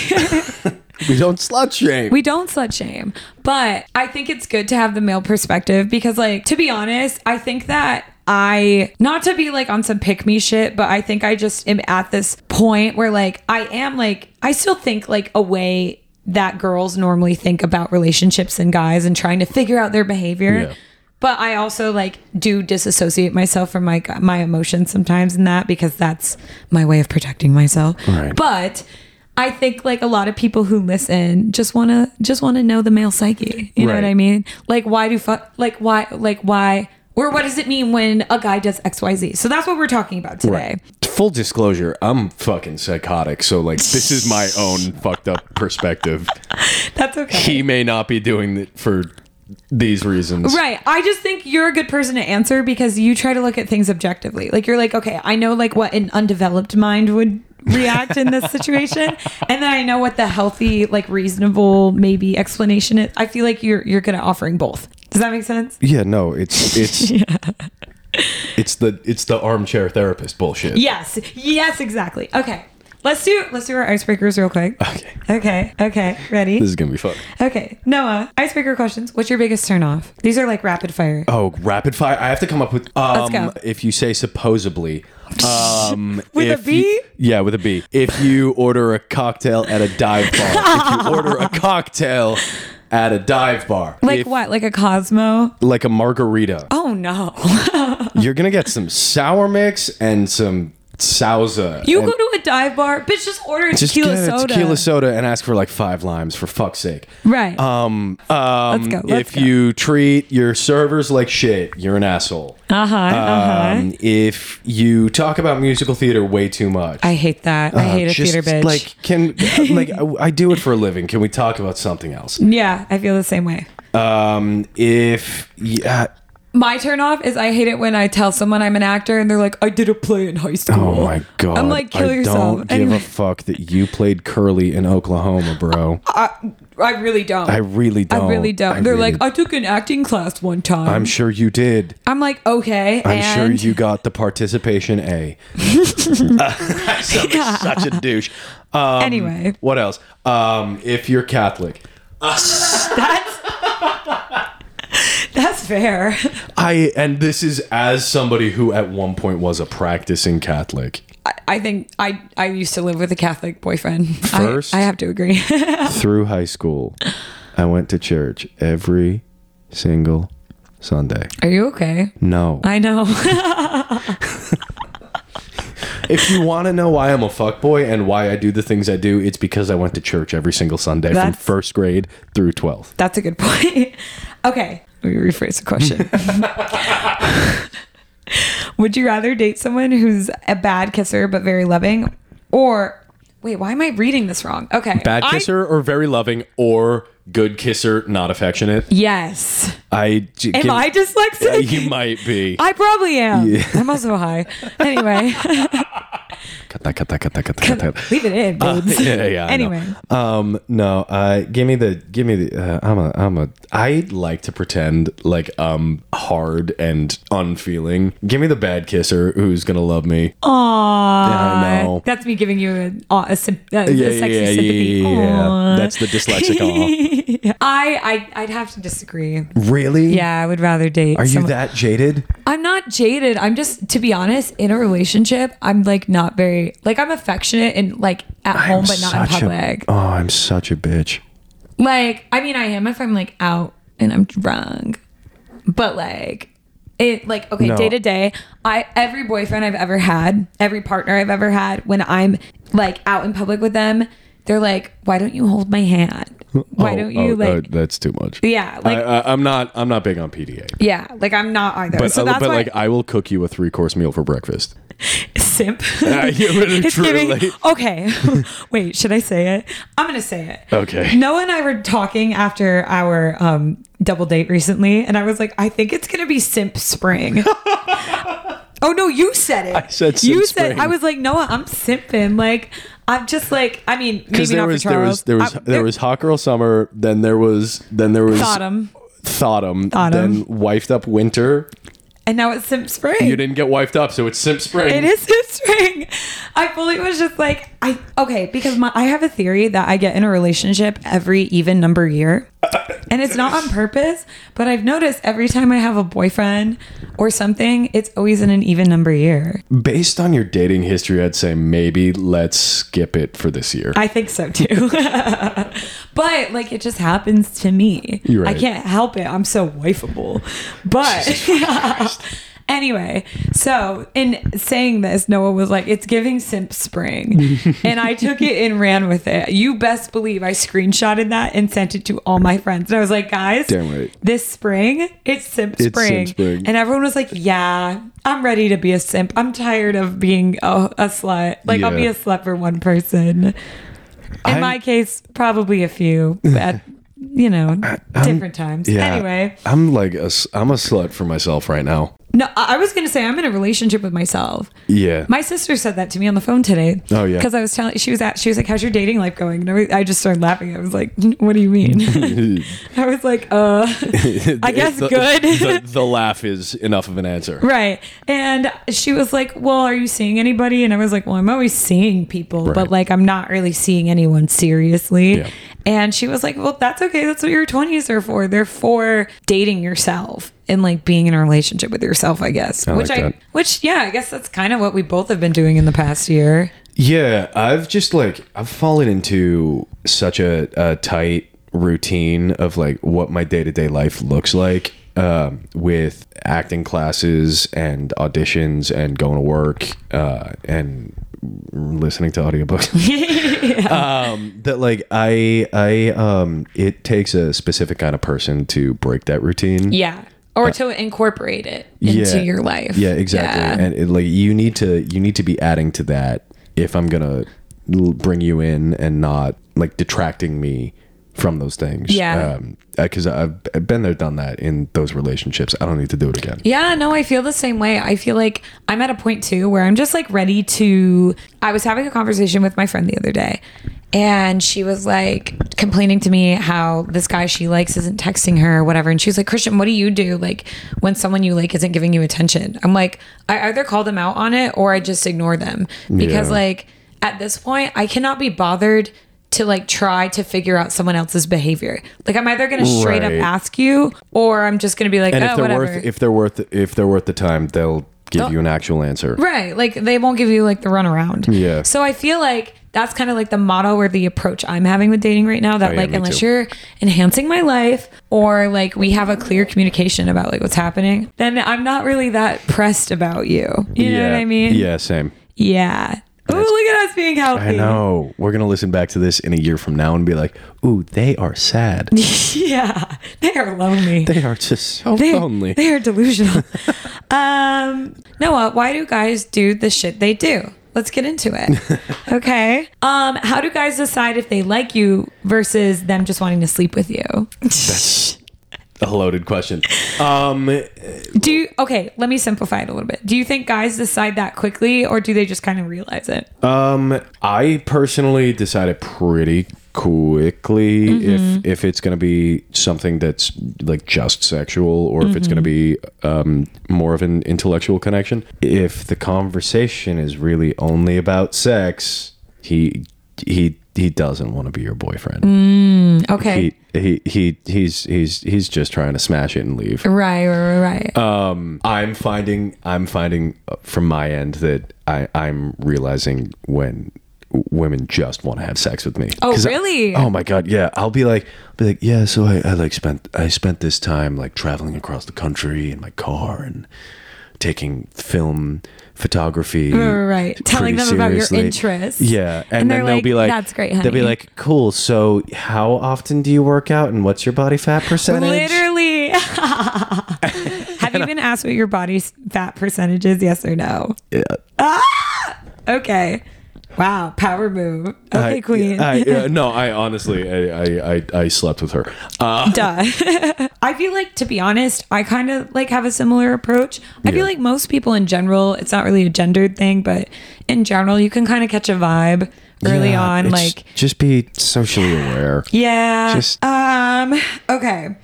Speaker 1: we don't slut shame.
Speaker 2: We don't slut shame, but I think it's good to have the male perspective because, like, to be honest, I think that I, not to be like on some pick me shit, but I think I just am at this point where, like, I am like, I still think like a way that girls normally think about relationships and guys and trying to figure out their behavior.
Speaker 1: Yeah.
Speaker 2: But I also like do disassociate myself from my my emotions sometimes in that because that's my way of protecting myself.
Speaker 1: Right.
Speaker 2: But I think like a lot of people who listen just want to just want to know the male psyche. You know what
Speaker 1: Right.
Speaker 2: I mean? Like why do fuck like why like why or what does it mean when a guy does XYZ? So that's what we're talking about today.
Speaker 1: Full disclosure, I'm fucking psychotic, so like this is
Speaker 2: [LAUGHS]
Speaker 1: my own fucked up perspective.
Speaker 2: That's
Speaker 1: [LAUGHS]
Speaker 2: okay.
Speaker 1: He may not be doing it for these reasons.
Speaker 2: Right. I just think you're a good person to answer because you try to look at things objectively. Like you're like, okay, I know like what an undeveloped mind would react in this situation,
Speaker 1: [LAUGHS]
Speaker 2: and then I know what the healthy, like reasonable maybe explanation [LAUGHS] is. I feel like you're you're good at offering both. Does that make sense?
Speaker 1: Yeah, no, it's it's It's the it's the armchair therapist bullshit.
Speaker 2: Yes. Yes, exactly. Okay. Let's do let's do our icebreakers real quick.
Speaker 1: Okay.
Speaker 2: Okay. Okay. Ready?
Speaker 1: This is gonna be fun.
Speaker 2: Okay. Noah, icebreaker questions. What's your biggest turnoff? These are like rapid fire.
Speaker 1: Oh, rapid fire! I have to come up with. Um,
Speaker 2: go.
Speaker 1: If you say supposedly, um,
Speaker 2: [LAUGHS] With a
Speaker 1: if you-
Speaker 2: B?
Speaker 1: yeah, with a B. If you order a cocktail at a dive bar, if you order a cocktail at a dive bar,
Speaker 2: Like
Speaker 1: if-
Speaker 2: what? Like a Cosmo?
Speaker 1: like a margarita,
Speaker 2: Oh no. Uh-uh.
Speaker 1: you're gonna get some sour mix and some salsa.
Speaker 2: You
Speaker 1: and
Speaker 2: go to a dive bar, bitch, just order a
Speaker 1: just
Speaker 2: tequila
Speaker 1: get a
Speaker 2: soda.
Speaker 1: tequila soda and ask for like five limes for fuck's sake.
Speaker 2: Right.
Speaker 1: Um, um,
Speaker 2: Let's go, let's
Speaker 1: if
Speaker 2: go.
Speaker 1: you treat your servers like shit, you're an asshole.
Speaker 2: uh-huh. uh-huh.
Speaker 1: Um, if you talk about musical theater way too much,
Speaker 2: I hate that. I hate a
Speaker 1: uh, just,
Speaker 2: theater bitch.
Speaker 1: Like, can
Speaker 2: [LAUGHS]
Speaker 1: like I, I do it for a living? Can we talk about something else?
Speaker 2: yeah, I feel the same way.
Speaker 1: Um, if uh, yeah,
Speaker 2: My turn off is I hate it when I tell someone I'm an actor and they're like, I did a play in high school.
Speaker 1: oh my god,
Speaker 2: I'm like, kill
Speaker 1: I
Speaker 2: yourself.
Speaker 1: Don't
Speaker 2: Anyway,
Speaker 1: give a fuck that you played Curly in Oklahoma, bro.
Speaker 2: I, I really don't.
Speaker 1: I really don't.
Speaker 2: I really don't.
Speaker 1: I
Speaker 2: They're
Speaker 1: really-
Speaker 2: like, I took an acting class one time.
Speaker 1: I'm sure you did.
Speaker 2: I'm like, okay.
Speaker 1: I'm sure
Speaker 2: and
Speaker 1: you got the participation
Speaker 2: [LAUGHS]
Speaker 1: A. I sound like such a douche. Um,
Speaker 2: Anyway.
Speaker 1: what else? Um, if you're Catholic,
Speaker 2: That's that's fair. [LAUGHS]
Speaker 1: I and this is as somebody who at one point was a practicing Catholic.
Speaker 2: I, I think I I used to live with a Catholic boyfriend. I-
Speaker 1: First?
Speaker 2: I, have to agree. [LAUGHS]
Speaker 1: Through high school, I went to church every single Sunday.
Speaker 2: Are you okay?
Speaker 1: No.
Speaker 2: I know.
Speaker 1: if you want to know why I'm a fuckboy and why I do the things I do, it's because I went to church every single Sunday from
Speaker 2: That's-
Speaker 1: first grade through 12th.
Speaker 2: [LAUGHS] That's a good point. Okay, let me rephrase the [LAUGHS] question. Would you rather date someone who's a bad kisser but very loving, or wait, why am I reading this wrong? Okay,
Speaker 1: Bad
Speaker 2: I-
Speaker 1: kisser or very loving or good kisser, not affectionate.
Speaker 2: yes.
Speaker 1: I j-
Speaker 2: Am
Speaker 1: give-
Speaker 2: I
Speaker 1: Yeah, [LAUGHS]
Speaker 2: dyslexic?
Speaker 1: you might be.
Speaker 2: I probably am. I'm also high. Anyway, [LAUGHS]
Speaker 1: cut that, cut that, cut that, cut that, cut that.
Speaker 2: leave it in, babes.
Speaker 1: Uh, [LAUGHS] Yeah, yeah. I know.
Speaker 2: anyway,
Speaker 1: um, no. Uh, give me the, give me the. Uh, I'm a, I'm a. I like to pretend like I'm hard and unfeeling. Give me the bad kisser who's gonna love me.
Speaker 2: Oh, Aww.
Speaker 1: I know.
Speaker 2: That's me giving you an, aw, a, sym- uh, a
Speaker 1: yeah, yeah,
Speaker 2: sexy
Speaker 1: yeah,
Speaker 2: sympathy.
Speaker 1: yeah, yeah.
Speaker 2: Aw.
Speaker 1: That's the
Speaker 2: [LAUGHS]
Speaker 1: dyslexic. aw.
Speaker 2: I, I, I'd have to disagree.
Speaker 1: really?
Speaker 2: Yeah, I would rather date.
Speaker 1: Are you
Speaker 2: someone-
Speaker 1: that jaded?
Speaker 2: I'm not jaded. I'm just, to be honest, in a relationship, I'm like not very, like I'm affectionate and like at home, but not in
Speaker 1: Such a-
Speaker 2: public.
Speaker 1: oh, I'm such a bitch.
Speaker 2: like, I mean, I am if I'm like out and I'm drunk, but like, it like okay
Speaker 1: No.
Speaker 2: day to day i every boyfriend i've ever had every partner i've ever had when i'm like out in public with them they're like why don't you hold my hand why
Speaker 1: Oh,
Speaker 2: don't
Speaker 1: oh,
Speaker 2: you like
Speaker 1: uh, that's too much.
Speaker 2: yeah like
Speaker 1: I, I, I'm not. I'm not big on PDA.
Speaker 2: yeah like i'm not either
Speaker 1: But,
Speaker 2: so
Speaker 1: I-
Speaker 2: that's
Speaker 1: but
Speaker 2: why [LAUGHS]
Speaker 1: like, I will cook you a three course meal for breakfast.
Speaker 2: simp
Speaker 1: [LAUGHS] yeah,
Speaker 2: [LAUGHS]
Speaker 1: really,
Speaker 2: It's
Speaker 1: truly.
Speaker 2: giving. Okay. [LAUGHS] Wait, should I say it? I'm going to say it.
Speaker 1: Okay.
Speaker 2: Noah and I were talking after our um, double date recently, and I was like, I think it's going to be
Speaker 1: [LAUGHS]
Speaker 2: Simp Spring. [LAUGHS] oh, no, you said it. I
Speaker 1: said
Speaker 2: You
Speaker 1: Simp
Speaker 2: said,
Speaker 1: Spring.
Speaker 2: I was like, Noah, I'm simping. Like, I'm just like, I mean, maybe
Speaker 1: Because there
Speaker 2: not
Speaker 1: was
Speaker 2: for
Speaker 1: there was
Speaker 2: Charles.
Speaker 1: there was
Speaker 2: I-
Speaker 1: there was hot girl summer. Then there was then there was
Speaker 2: Sodom.
Speaker 1: Thotum.
Speaker 2: Thotum.
Speaker 1: Then wifed up winter.
Speaker 2: And now it's Simp Spring.
Speaker 1: You didn't get wifed up, so it's simp spring. [LAUGHS]
Speaker 2: It is his string. I fully was just like, I okay, because my I have a theory that I get in a relationship every even number year. And it's not on purpose, but I've noticed every time I have a boyfriend or something, it's always in an even number year.
Speaker 1: Based on your dating history, I'd say maybe let's skip it for this year.
Speaker 2: I think so too. [LAUGHS] but like it just happens to me.
Speaker 1: You're right.
Speaker 2: I can't help it. I'm so wifeable.
Speaker 1: [LAUGHS]
Speaker 2: But [LAUGHS] anyway, so in saying this, Noah was like, it's giving
Speaker 1: [LAUGHS]
Speaker 2: simp spring. and I took it and ran with it. You best believe I screenshotted that and sent it to all my friends. And I was like, guys,
Speaker 1: Damn right.
Speaker 2: this spring, it's simp
Speaker 1: It's
Speaker 2: spring.
Speaker 1: simp spring.
Speaker 2: And everyone was like, yeah, I'm ready to be a simp. I'm tired of being a, a slut. Like, I'll
Speaker 1: Yeah.
Speaker 2: be a slut for one person. In
Speaker 1: I'm-
Speaker 2: my case, probably a few
Speaker 1: [LAUGHS]
Speaker 2: at you know different times. Anyway,
Speaker 1: I'm like a s- I'm a slut for myself right now.
Speaker 2: No, I I was gonna say I'm in a relationship with myself.
Speaker 1: Yeah. [LAUGHS]
Speaker 2: My sister said that to me on the phone today.
Speaker 1: Oh, yeah.
Speaker 2: Because I was telling, she was at, she was like, "How's your dating life going?" And I was- I just started laughing. I was like, "What do
Speaker 1: [LAUGHS]
Speaker 2: you mean?" [LAUGHS] I was like, "Uh, I guess
Speaker 1: The-
Speaker 2: good."
Speaker 1: The, the laugh is enough of an answer.
Speaker 2: Right. And she was like, Well, are you seeing anybody? And I was like, Well, I'm always seeing people,
Speaker 1: Right.
Speaker 2: but like, I'm not really seeing anyone seriously.
Speaker 1: Yeah.
Speaker 2: And she was like, Well, that's okay. That's what your 20s are for. They're for dating yourself and like being in a relationship with yourself, I guess.
Speaker 1: I
Speaker 2: which
Speaker 1: like
Speaker 2: I,
Speaker 1: that.
Speaker 2: which, yeah, I guess that's kind of what we both have been doing in the past year.
Speaker 1: Yeah, I've just like I've fallen into such a, a tight routine of like what my day to day life looks like um, with acting classes and auditions and going to work uh, and listening to audiobooks. um, that like I I um it takes a specific kind of person to break that routine.
Speaker 2: Yeah. Or to incorporate it into
Speaker 1: Uh, Yeah.
Speaker 2: your life.
Speaker 1: Yeah, exactly.
Speaker 2: Yeah.
Speaker 1: And it, like you need to you need to be adding to that if I'm gonna l- bring you in and not like detracting me from those things. Um,
Speaker 2: Yeah.
Speaker 1: Because I've, I've been there, done that in those relationships. I don't need to do it again.
Speaker 2: Yeah, no, I feel the same way. I feel like I'm at a point too where I'm just like ready to. I was having a conversation with my friend the other day, and she was like complaining to me how this guy she likes isn't texting her or whatever. And she's like, Christian, what do you do like when someone you like isn't giving you attention? I'm like, I either call them out on it or I just ignore them because
Speaker 1: Yeah.
Speaker 2: like at this point, I cannot be bothered. To like try to figure out someone else's behavior. Like I'm either gonna straight up
Speaker 1: Right.
Speaker 2: ask you, or I'm just gonna be like,
Speaker 1: And
Speaker 2: oh,
Speaker 1: if they're
Speaker 2: whatever.
Speaker 1: worth if they're worth if they're worth the time, they'll give
Speaker 2: Oh.
Speaker 1: you an actual answer.
Speaker 2: Right. Like they won't give you like the runaround.
Speaker 1: Yeah.
Speaker 2: So I feel like that's kind of like the motto or the approach I'm having with dating right now
Speaker 1: Oh,
Speaker 2: that
Speaker 1: yeah,
Speaker 2: like
Speaker 1: me
Speaker 2: unless
Speaker 1: too.
Speaker 2: you're enhancing my life or like we have a clear communication about like what's happening, then I'm not really that pressed about you. You know what I mean?
Speaker 1: Yeah, same.
Speaker 2: Yeah. Ooh, look at us being healthy.
Speaker 1: I know. We're gonna listen back to this in a year from now and be like, "Ooh, they are
Speaker 2: [LAUGHS]
Speaker 1: sad.
Speaker 2: [LAUGHS] Yeah. They are lonely.
Speaker 1: they are just so
Speaker 2: They-
Speaker 1: lonely."
Speaker 2: They are delusional. um, Noah, why do guys do the shit they do? Let's get into it. Okay. Um, how do guys decide if they like you versus them just wanting to sleep with you?
Speaker 1: a loaded question. Um,
Speaker 2: Do you, okay, let me simplify it a little bit. Do you think guys decide that quickly or do they just kind of realize it?
Speaker 1: Um, I personally decided pretty quickly if if it's gonna be something that's like just sexual or if it's gonna be um more of an intellectual connection. If the conversation is really only about sex, he he he doesn't want to be your boyfriend.
Speaker 2: Okay.
Speaker 1: He, he he he's he's he's just trying to smash it and leave.
Speaker 2: Right, right, right. right.
Speaker 1: I'm finding I'm finding uh, from my end that I I'm realizing when w- women just want to have sex with me.
Speaker 2: Oh,
Speaker 1: 'Cause I-
Speaker 2: really?
Speaker 1: oh my god, yeah. I'll be like be like, "Yeah, so I, I like spent I spent this time like traveling across the country in my car and taking film photography
Speaker 2: Right, right, right. Telling
Speaker 1: pretty
Speaker 2: them about your
Speaker 1: seriously."
Speaker 2: interests.
Speaker 1: yeah and,
Speaker 2: And
Speaker 1: then
Speaker 2: they're
Speaker 1: they'll
Speaker 2: like,
Speaker 1: be like
Speaker 2: "That's great,
Speaker 1: they'll
Speaker 2: honey."
Speaker 1: be like cool so how often do you work out and what's your body fat percentage
Speaker 2: Literally. [LAUGHS]
Speaker 1: [LAUGHS]
Speaker 2: Have you been asked what your body's fat percentage is? Yes or no?
Speaker 1: Yeah.
Speaker 2: Ah! Okay. Wow. Power move. Okay,
Speaker 1: I-
Speaker 2: queen.
Speaker 1: I- uh, no, I honestly, I, I, I, I slept with her. Uh,
Speaker 2: [LAUGHS] Duh.
Speaker 1: [LAUGHS]
Speaker 2: I feel like, to be honest, I kind of like have a similar approach. I
Speaker 1: Yeah.
Speaker 2: feel like most people in general, it's not really a gendered thing, but in general, you can kind of catch a vibe early
Speaker 1: yeah,
Speaker 2: on.
Speaker 1: it's-
Speaker 2: Like,
Speaker 1: just be socially aware.
Speaker 2: yeah.
Speaker 1: just-
Speaker 2: um. Okay.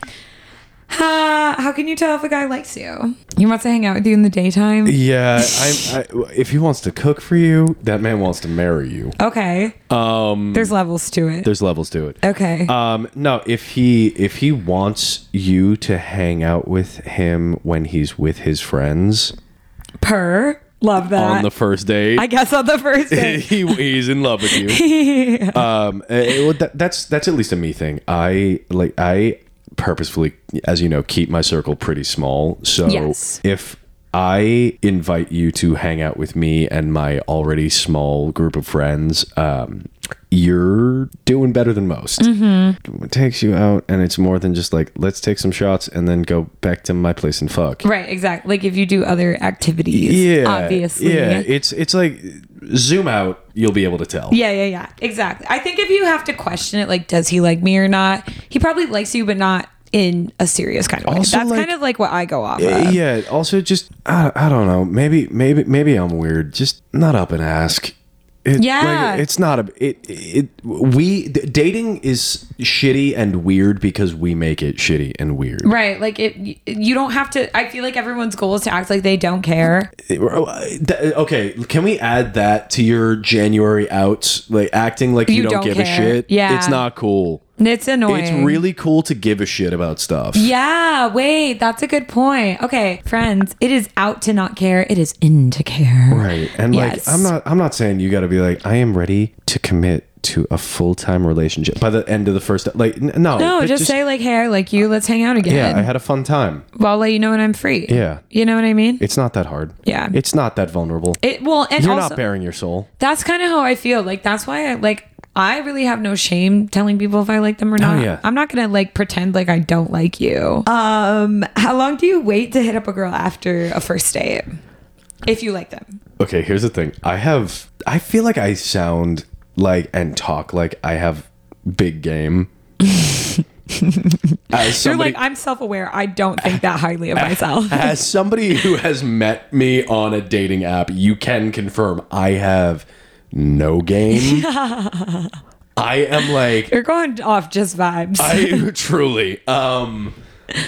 Speaker 2: Uh, how can you tell if a guy likes you? He wants to hang out with you in the daytime.
Speaker 1: Yeah, I, I, if he wants to cook for you, that man wants to marry you.
Speaker 2: Okay. Um. There's levels to it.
Speaker 1: There's levels to it.
Speaker 2: Okay.
Speaker 1: Um, no, if he if he wants you to hang out with him when he's with his friends
Speaker 2: Per. Love that.
Speaker 1: on the first date,
Speaker 2: I guess on the first
Speaker 1: [LAUGHS]
Speaker 2: day.
Speaker 1: he, he's in love
Speaker 2: [LAUGHS]
Speaker 1: with you. um eh, well, that, that's that's at least a me thing i like i purposefully as you know keep my circle pretty small so
Speaker 2: Yes.
Speaker 1: if i invite you to hang out with me and my already small group of friends um you're doing better than most
Speaker 2: Mm-hmm.
Speaker 1: it takes you out and it's more than just like let's take some shots and then go back to my place and fuck
Speaker 2: Right, exactly. Like if you do other activities,
Speaker 1: yeah
Speaker 2: obviously.
Speaker 1: yeah it's it's like zoom out you'll be able to tell
Speaker 2: yeah, yeah, yeah. Exactly. I think if you have to question it, like, does he like me or not? He probably likes you, but not in a serious kind of way.
Speaker 1: Also,
Speaker 2: That's
Speaker 1: like-
Speaker 2: kind of like what I go off
Speaker 1: Uh,
Speaker 2: of.
Speaker 1: yeah. Also, just I, I don't know. Maybe maybe maybe I'm weird. Just not up and ask. It,
Speaker 2: Yeah.
Speaker 1: like, it's not a it it we d- dating is shitty and weird because we make it shitty and weird.
Speaker 2: Right. Like it you don't have to I feel like everyone's goal is to act like they don't care.
Speaker 1: It- uh, th- okay, can we add that to your January outs? Like acting like you,
Speaker 2: You
Speaker 1: don't,
Speaker 2: don't
Speaker 1: give a
Speaker 2: care.
Speaker 1: shit.
Speaker 2: Yeah.
Speaker 1: it's not cool.
Speaker 2: It's annoying.
Speaker 1: It's really cool to give a shit about stuff.
Speaker 2: Yeah, wait, that's a good point. Okay, friends, it is out to not care. It is in to care.
Speaker 1: Right. And
Speaker 2: Yes.
Speaker 1: like I'm not I'm not saying you got to be like I am ready to commit to a full-time relationship by the end of the first like n- no.
Speaker 2: No,
Speaker 1: but
Speaker 2: just, say like, "Hey, I like you. Let's hang out again."
Speaker 1: yeah, I had a fun time.
Speaker 2: well, I'll let you know when I'm free.
Speaker 1: Yeah.
Speaker 2: you know what I mean.
Speaker 1: It's not that hard.
Speaker 2: Yeah.
Speaker 1: It's not that vulnerable.
Speaker 2: It well, and
Speaker 1: You're
Speaker 2: also
Speaker 1: not bearing your soul.
Speaker 2: that's kind of how I feel. Like that's why I like I really have no shame telling people if I like them or not.
Speaker 1: Oh, yeah.
Speaker 2: I'm not gonna like pretend like I don't like you. Um, how long do you wait to hit up a girl after a first date? If you like them,
Speaker 1: Okay, here's the thing. I have I feel like I sound like and talk like I have big
Speaker 2: [LAUGHS]
Speaker 1: game. As
Speaker 2: you're
Speaker 1: somebody,
Speaker 2: like I'm self-aware. I don't think that
Speaker 1: [LAUGHS]
Speaker 2: highly of myself.
Speaker 1: as somebody who has met me on a dating app, you can confirm I have no
Speaker 2: [LAUGHS]
Speaker 1: game. I am like
Speaker 2: You're going off just vibes.
Speaker 1: I truly um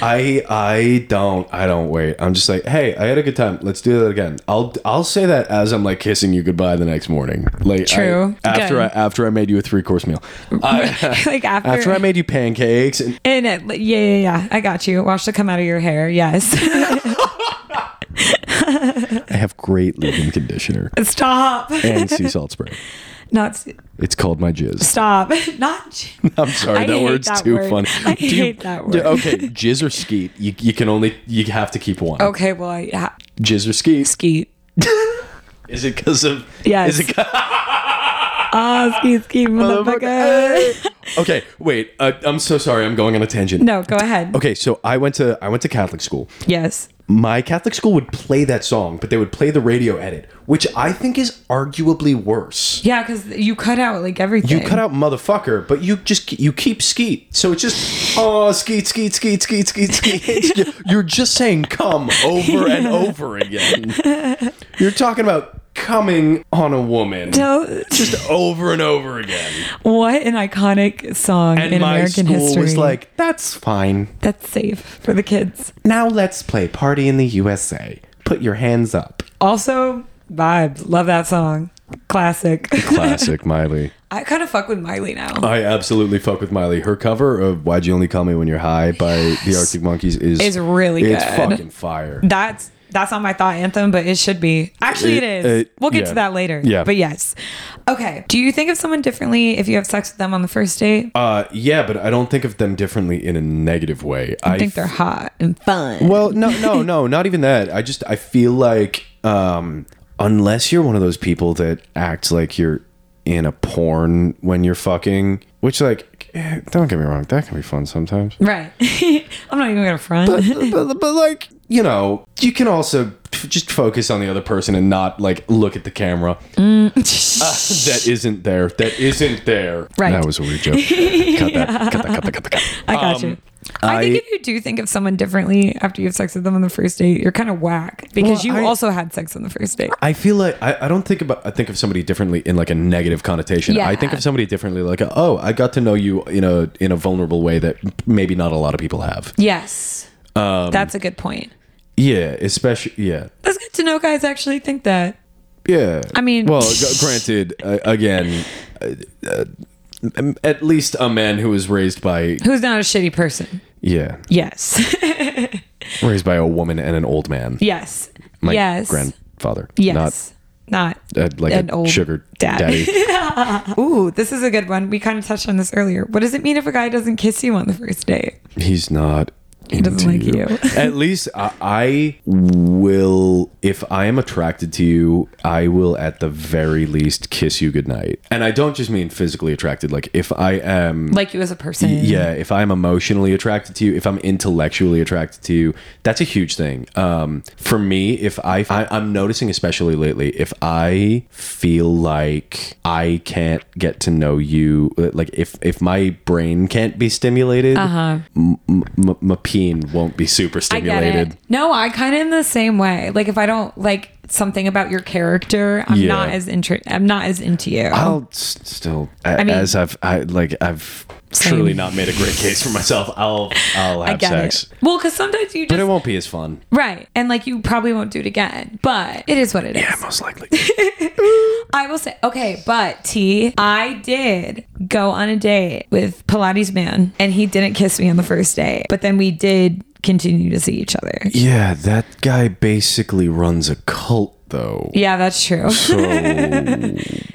Speaker 1: I I don't I don't wait. I'm just like, "Hey, I had a good time. Let's do that again." I'll I'll say that as I'm like kissing you goodbye the next morning. Like I-
Speaker 2: True.
Speaker 1: after
Speaker 2: Good.
Speaker 1: I after I made you a three-course meal. I-
Speaker 2: [LAUGHS] like [LAUGHS] after,
Speaker 1: after I made you pancakes and
Speaker 2: and it, yeah, yeah, yeah. I got you. Watch the come out of your hair. Yes. [LAUGHS]
Speaker 1: I have great leave-in
Speaker 2: [LAUGHS]
Speaker 1: conditioner
Speaker 2: stop.
Speaker 1: and sea salt spray.
Speaker 2: [LAUGHS] Not s-
Speaker 1: It's called my jizz.
Speaker 2: stop. [LAUGHS] Not.
Speaker 1: I'm sorry,
Speaker 2: I
Speaker 1: that
Speaker 2: hate
Speaker 1: word's
Speaker 2: that
Speaker 1: too
Speaker 2: word.
Speaker 1: funny.
Speaker 2: I
Speaker 1: Do you-
Speaker 2: hate that word.
Speaker 1: Yeah, Okay, jizz or skeet. You, you can only you have to keep one.
Speaker 2: Okay. Well, I ha-
Speaker 1: Jizz or skeet.
Speaker 2: skeet. [LAUGHS]
Speaker 1: Is it because of?
Speaker 2: Yes.
Speaker 1: Is it 'cause-
Speaker 2: Ah, ski
Speaker 1: [LAUGHS]
Speaker 2: ski motherfucker.
Speaker 1: okay. Wait. Uh, I'm so sorry. I'm going on a tangent.
Speaker 2: [LAUGHS] No, go ahead.
Speaker 1: Okay. So I went to I went to Catholic school.
Speaker 2: Yes.
Speaker 1: My Catholic school would play that song, but they would play the radio edit, which I think is arguably worse.
Speaker 2: Yeah, because you cut out like everything.
Speaker 1: You cut out motherfucker, but you just you keep skeet. So it's just oh skeet skeet skeet skeet skeet [LAUGHS] skeet. You- You're just saying come over
Speaker 2: [LAUGHS]
Speaker 1: and over again. You're talking about coming on a woman
Speaker 2: No.
Speaker 1: [LAUGHS] just over and over again.
Speaker 2: [LAUGHS] What an iconic song
Speaker 1: And
Speaker 2: in
Speaker 1: my
Speaker 2: American
Speaker 1: school
Speaker 2: history.
Speaker 1: was like, that's fine.
Speaker 2: That's safe for the kids.
Speaker 1: Now let's play Party in the USA. Put your hands up.
Speaker 2: Also, vibes. Love that song. [LAUGHS] Classic. [LAUGHS]
Speaker 1: Classic Miley.
Speaker 2: I kind of fuck with Miley now.
Speaker 1: I absolutely fuck with Miley. Her cover of "Why'd You Only Call Me When You're High" by the Arctic Monkeys is
Speaker 2: Is really
Speaker 1: it's
Speaker 2: good.
Speaker 1: fucking fire.
Speaker 2: That's that's not my thought anthem, but it should be. Actually,
Speaker 1: It-
Speaker 2: it is.
Speaker 1: it-
Speaker 2: we'll get
Speaker 1: yeah.
Speaker 2: to that later.
Speaker 1: Yeah.
Speaker 2: But yes. Okay. Do you think of someone differently if you have sex with them on the first date? I
Speaker 1: Uh, yeah, but I don't think of them differently in a negative way. I,
Speaker 2: think they're hot and fun.
Speaker 1: well, no, [LAUGHS] no, no, not even that. I just I feel like um, unless you're one of those people that acts like you're in a porn when you're fucking, which like, eh, don't get me wrong, that can be fun sometimes.
Speaker 2: Right. [LAUGHS] I'm not even gonna
Speaker 1: [LAUGHS]
Speaker 2: front. [LAUGHS]
Speaker 1: but, but like you know, you can also f- just focus on the other person and not like look at the camera uh, that isn't there. That isn't there.
Speaker 2: Right.
Speaker 1: That was a weird [LAUGHS] joke. cut that. Cut that. Cut that. Cut that. Cut that.
Speaker 2: I got you. I,
Speaker 1: um, I-
Speaker 2: think if you do think of someone differently after you have sex with them on the first date, you're kind of whack because
Speaker 1: Well,
Speaker 2: you
Speaker 1: I-
Speaker 2: also had sex on the first date.
Speaker 1: I feel like I, I don't think about I think of somebody differently in like a negative connotation.
Speaker 2: Yeah.
Speaker 1: I think of somebody differently like oh I got to know you in a in a vulnerable way that maybe not a lot of people have.
Speaker 2: Yes.
Speaker 1: Um,
Speaker 2: That's a good point.
Speaker 1: Yeah, especially yeah
Speaker 2: That's good to know guys actually think that.
Speaker 1: yeah.
Speaker 2: I mean-
Speaker 1: well, g- granted, uh, again, uh, uh, at least a man who was raised by
Speaker 2: Who's not a shitty person?
Speaker 1: yeah
Speaker 2: Yes. [LAUGHS]
Speaker 1: raised by a woman and an old man.
Speaker 2: yes.
Speaker 1: My
Speaker 2: yes.
Speaker 1: grandfather.
Speaker 2: yes. Not,
Speaker 1: Not uh, like
Speaker 2: An
Speaker 1: a
Speaker 2: old
Speaker 1: sugar
Speaker 2: dad. [LAUGHS]
Speaker 1: daddy.
Speaker 2: Ooh, this is a good one. We kind of touched on this earlier. What does it mean if a guy doesn't kiss you on the first date?
Speaker 1: He's not
Speaker 5: doesn't like
Speaker 1: into.
Speaker 5: you. [LAUGHS]
Speaker 1: At least I, I will, if I am attracted to you, I will at the very least kiss you goodnight. And I don't just mean physically attracted. Like if I am,
Speaker 2: Like you as a person.
Speaker 1: yeah, if I'm emotionally attracted to you, if I'm intellectually attracted to you, that's a huge thing. Um, for me, if I, I I'm noticing especially lately, if I feel like I can't get to know you, like if if my brain can't be stimulated, uh-huh. m- m- m- my peen won't be super
Speaker 2: I get
Speaker 1: stimulated.
Speaker 2: it. No, I kind of in the same way. Like if I don't like something about your character, I'm
Speaker 1: Yeah.
Speaker 2: not as inter- I'm not as into you.
Speaker 1: I'll s- still, a-
Speaker 2: Oh. mean-
Speaker 1: as I've, I like, I've
Speaker 2: Same.
Speaker 1: truly not made a great case for myself. I'll, I'll
Speaker 2: [LAUGHS] I
Speaker 1: have
Speaker 2: get
Speaker 1: sex,
Speaker 2: it. Well, because sometimes you
Speaker 1: but it
Speaker 2: just
Speaker 1: won't be as fun.
Speaker 2: right, and like you probably won't do it again. But it is what it is.
Speaker 1: Yeah, most likely.
Speaker 2: I will say, okay, but T, I did go on a date with Pilates Man and he didn't kiss me on the first date, but then we did continue to see each other.
Speaker 1: Yeah, that guy basically runs a cult,
Speaker 2: [LAUGHS]
Speaker 1: though.
Speaker 2: Yeah, that's true.
Speaker 1: So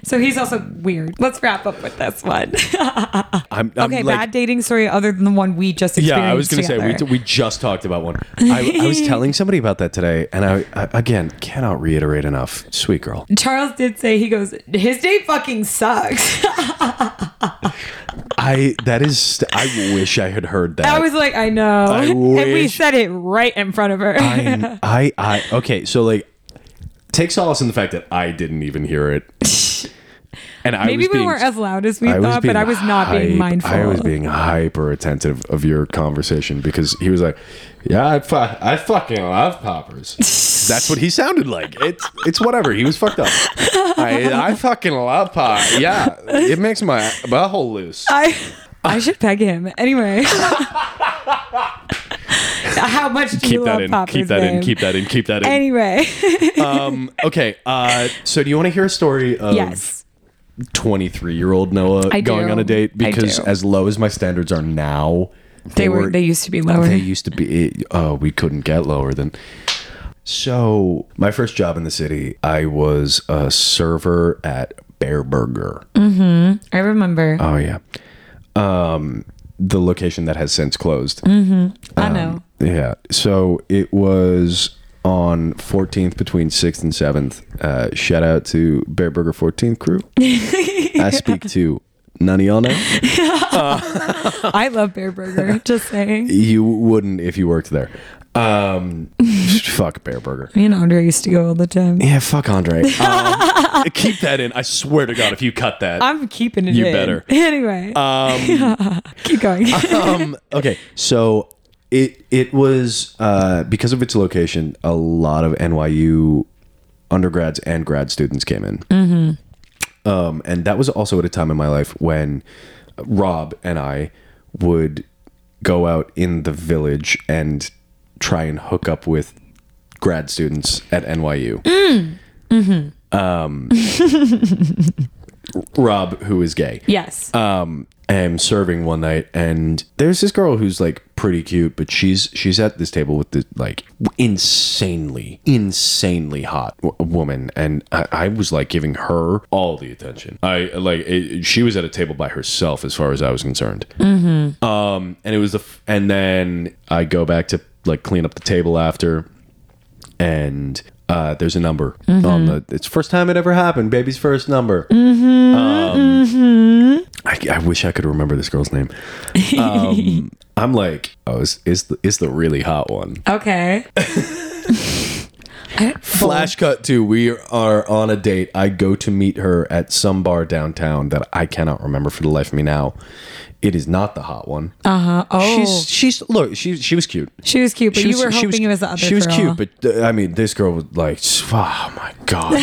Speaker 2: So he's also weird. Let's wrap up with this one. [LAUGHS]
Speaker 1: I'm, I'm
Speaker 2: okay,
Speaker 1: like,
Speaker 2: bad dating story other than the one we just experienced.
Speaker 1: yeah, I was gonna say
Speaker 2: together.
Speaker 1: we, we just talked about one. I, I was
Speaker 2: [LAUGHS]
Speaker 1: telling somebody about that today, and I, I again cannot reiterate enough. Sweet girl,
Speaker 2: Charles did say he goes, his date fucking sucks. [LAUGHS]
Speaker 1: I that is. st- I wish I had heard that.
Speaker 2: I was like, I know.
Speaker 1: I
Speaker 2: [LAUGHS] And we
Speaker 1: wish-
Speaker 2: said it right in front of her. [LAUGHS]
Speaker 1: I, I, I, okay, so like, take solace in the fact that I didn't even hear it,
Speaker 2: [LAUGHS]
Speaker 1: and I
Speaker 2: Maybe
Speaker 1: was
Speaker 2: we
Speaker 1: being,
Speaker 2: weren't as loud as we
Speaker 1: I was
Speaker 2: thought, Uh, but
Speaker 1: being
Speaker 2: I was not being
Speaker 1: hype-
Speaker 2: mindful.
Speaker 1: I was being hyper attentive of your conversation because he was like, "Yeah, I, fu- I fucking love
Speaker 2: [LAUGHS]
Speaker 1: poppers." That's what he sounded like. It's it's whatever. He was fucked up. I, I fucking love pop. Yeah, it makes my butthole loose.
Speaker 2: I I
Speaker 1: Uh.
Speaker 2: should peg him.
Speaker 1: [LAUGHS]
Speaker 2: Anyway. How much do you love poppers? babe?
Speaker 1: that in. Keep that
Speaker 2: [LAUGHS] Anyway,
Speaker 1: Um, okay. Uh, so, do you want to hear a story of
Speaker 2: yes.
Speaker 1: 23 year old Noah
Speaker 2: I
Speaker 1: going
Speaker 2: do.
Speaker 1: on a
Speaker 2: I
Speaker 1: date because
Speaker 2: do.
Speaker 1: as low as my standards are now,
Speaker 2: They were they used to be lower.
Speaker 1: they used to be it, oh, we couldn't get lower than so my first job in the city, I was a server at Bear Burger.
Speaker 2: I remember.
Speaker 1: Oh yeah. Um the location that has since closed. Um,
Speaker 2: I
Speaker 1: [LAUGHS]
Speaker 2: know.
Speaker 1: Yeah. So it was on 14th between 6th and 7th. Uh, shout out to Bear Burger 14th crew. I speak to none of y'all now.
Speaker 2: I love Bear Burger.
Speaker 1: [LAUGHS]
Speaker 2: Just saying.
Speaker 1: You wouldn't if you worked there. Um, fuck Bear Burger.
Speaker 2: Me and Andre used to go all the time.
Speaker 1: Yeah, fuck Andre. Um, keep that in. I swear to God, if you cut that.
Speaker 2: I'm keeping it.
Speaker 1: You
Speaker 2: in.
Speaker 1: better.
Speaker 2: [LAUGHS] Anyway,
Speaker 1: Um,
Speaker 2: [LAUGHS] keep going.
Speaker 1: um, okay, so it it was uh, because of its location, a lot of NYU undergrads and grad students came in. Um, and that was also at a time in my life when Rob and I would go out in the village and try and hook up with grad students at NYU. Um, Rob, who is gay
Speaker 2: yes.
Speaker 1: um am serving one night and there's this girl who's like pretty cute but she's she's at this table with the like insanely insanely hot w- woman and I, I was like giving her all the attention i like it, she was at a table by herself as far as i was concerned um and it was the f- and then i go back to like clean up the table after and uh, there's a number on the. It's the first time it ever happened. Baby's first number. Um, I, I wish I could remember this girl's name.
Speaker 2: [LAUGHS]
Speaker 1: Um, I'm like, oh, is is the, is the really hot one? [LAUGHS]
Speaker 2: okay. I-
Speaker 1: Flash cut to we are on a date. I go to meet her at some bar downtown that I cannot remember for the life of me now. It is not the hot one.
Speaker 2: Uh-huh. Oh,
Speaker 1: She's she's look she she was cute.
Speaker 2: she was cute, but you
Speaker 1: She
Speaker 2: were hoping
Speaker 1: she
Speaker 2: it was the other.
Speaker 1: She was
Speaker 2: girl.
Speaker 1: cute, but uh, I mean, this girl was like, oh my god.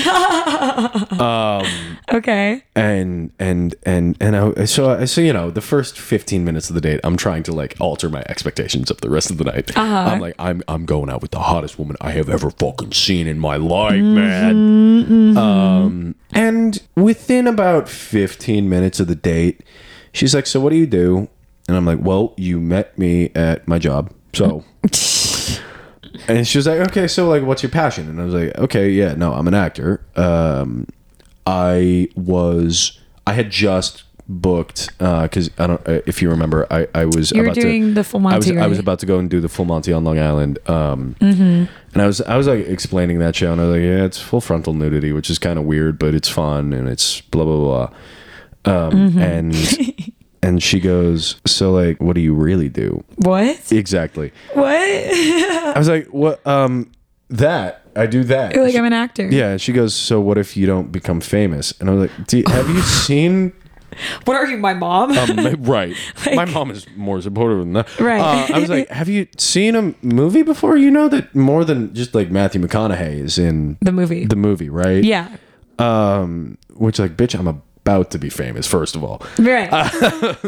Speaker 2: okay.
Speaker 1: and and and and I so I, so you know the first 15 minutes of the date I'm trying to like alter my expectations of the rest of the night. I'm like I'm I'm going out with the hottest woman I have ever fucking seen in my life, man. Um and within about 15 minutes of the date, she's like, "So what do you do?" And I'm like, "Well, you met me at my job." So and she was like, "Okay, so like, what's your passion?" And I was like, "Okay, yeah, no, I'm an actor. Um, I was, I had just booked because I don't. Uh, if you remember, I I was
Speaker 5: You were
Speaker 1: about
Speaker 5: doing
Speaker 1: to,
Speaker 5: the full Monty,
Speaker 1: I was, I was
Speaker 5: right?
Speaker 1: about to go and do the full Monty on Long Island. Um,
Speaker 5: Mm-hmm.
Speaker 1: and I was I was like explaining that show, and I was like, yeah, it's full frontal nudity, which is kind of weird, but it's fun, and it's blah blah blah. Um,
Speaker 5: Mm-hmm. [LAUGHS]
Speaker 1: And and she goes, so like, what do you really do
Speaker 2: What? [LAUGHS]
Speaker 1: exactly? [LAUGHS]
Speaker 2: What?
Speaker 1: I was like, what? Um, that I do that.
Speaker 2: You're like, I'm an actor.
Speaker 1: yeah, and she goes. So what if you don't become famous? And I was like, "Do- Have
Speaker 2: [LAUGHS]
Speaker 1: you seen
Speaker 2: What are you, my mom?
Speaker 1: [LAUGHS] um, right. My mom is more supportive than that.
Speaker 2: Right.
Speaker 1: Uh, I was like, have you seen a movie before? You know that more than just like Matthew McConaughey is in
Speaker 2: the movie.
Speaker 1: the movie, right?
Speaker 2: yeah.
Speaker 1: Um, which like, bitch, I'm about to be famous. First of all, [LAUGHS]
Speaker 2: Right.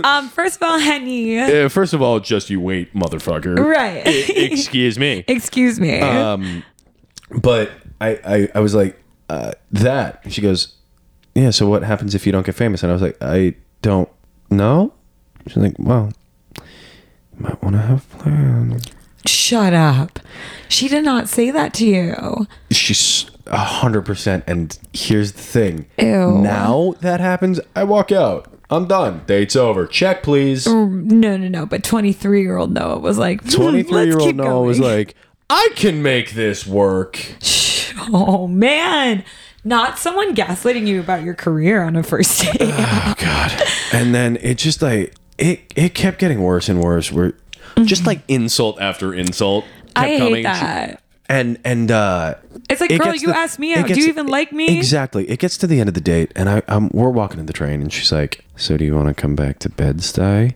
Speaker 2: um, first of all, Henny.
Speaker 1: Uh, first of all, just you wait, motherfucker. E-,
Speaker 2: Right.
Speaker 1: Excuse me.
Speaker 2: Excuse me.
Speaker 1: Um, But I, I, I was like, uh, that. And she goes, yeah. So what happens if you don't get famous? And I was like, I don't know. She's like, well, you might want to have plans.
Speaker 2: Shut up. She did not say that to you.
Speaker 1: she's a hundred percent. And here's the thing:
Speaker 5: Ew.
Speaker 1: now that happens, I walk out. I'm done. Date's over. Check, please.
Speaker 2: Mm, No, no, no. But 23 year old Noah was like, hmm,
Speaker 1: Twenty-three year
Speaker 2: let's
Speaker 1: old
Speaker 2: keep
Speaker 1: Noah
Speaker 2: going.
Speaker 1: was like, "I can make this work."
Speaker 2: [LAUGHS] oh man, not someone gaslighting you about your career on
Speaker 1: [LAUGHS]
Speaker 2: a first date. [LAUGHS]
Speaker 1: Oh God! And then it just like it it kept getting worse and worse. We're just like insult after insult. Kept
Speaker 2: I hate
Speaker 1: coming.
Speaker 2: that.
Speaker 1: And and uh,
Speaker 2: It's like,
Speaker 1: it
Speaker 2: girl,
Speaker 1: gets
Speaker 2: you
Speaker 1: the-
Speaker 2: asked me
Speaker 1: it
Speaker 2: out. Do
Speaker 1: gets-
Speaker 2: you even like me?
Speaker 1: Exactly. It gets to the end of the date, and I, I'm we're walking in the train, and she's like, "So do you want to come back to Bed-Stuy?"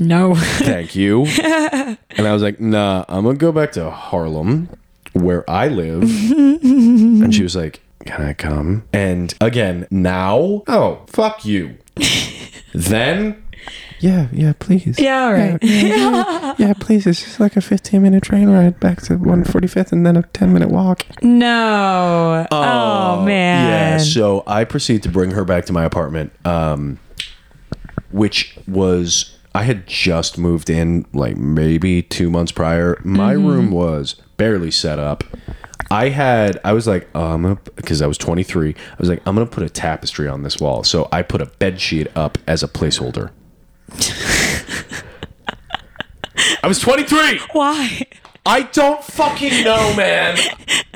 Speaker 2: no.
Speaker 1: thank
Speaker 2: [LAUGHS]
Speaker 1: you. and I was like, nah, I'm gonna go back to Harlem where I
Speaker 2: [LAUGHS]
Speaker 1: live. and she was like, Can I come? And again, now, oh, fuck
Speaker 2: [LAUGHS]
Speaker 1: you. then yeah, yeah, please.
Speaker 2: yeah, all right.
Speaker 1: [LAUGHS]
Speaker 4: Yeah, please. It's just like a 15 minute train ride back to 145th and then a 10 minute walk.
Speaker 2: No. Oh,
Speaker 1: Yeah,
Speaker 2: man.
Speaker 1: so I proceed to bring her back to my apartment, um, which was I had just moved in like maybe two months prior. My room was barely set up. I had I was like oh, I'm gonna because I was 23. I was like I'm gonna put a tapestry on this wall, so I put a bed sheet up as a placeholder. I was 23.
Speaker 2: Why?
Speaker 1: I don't fucking know, man.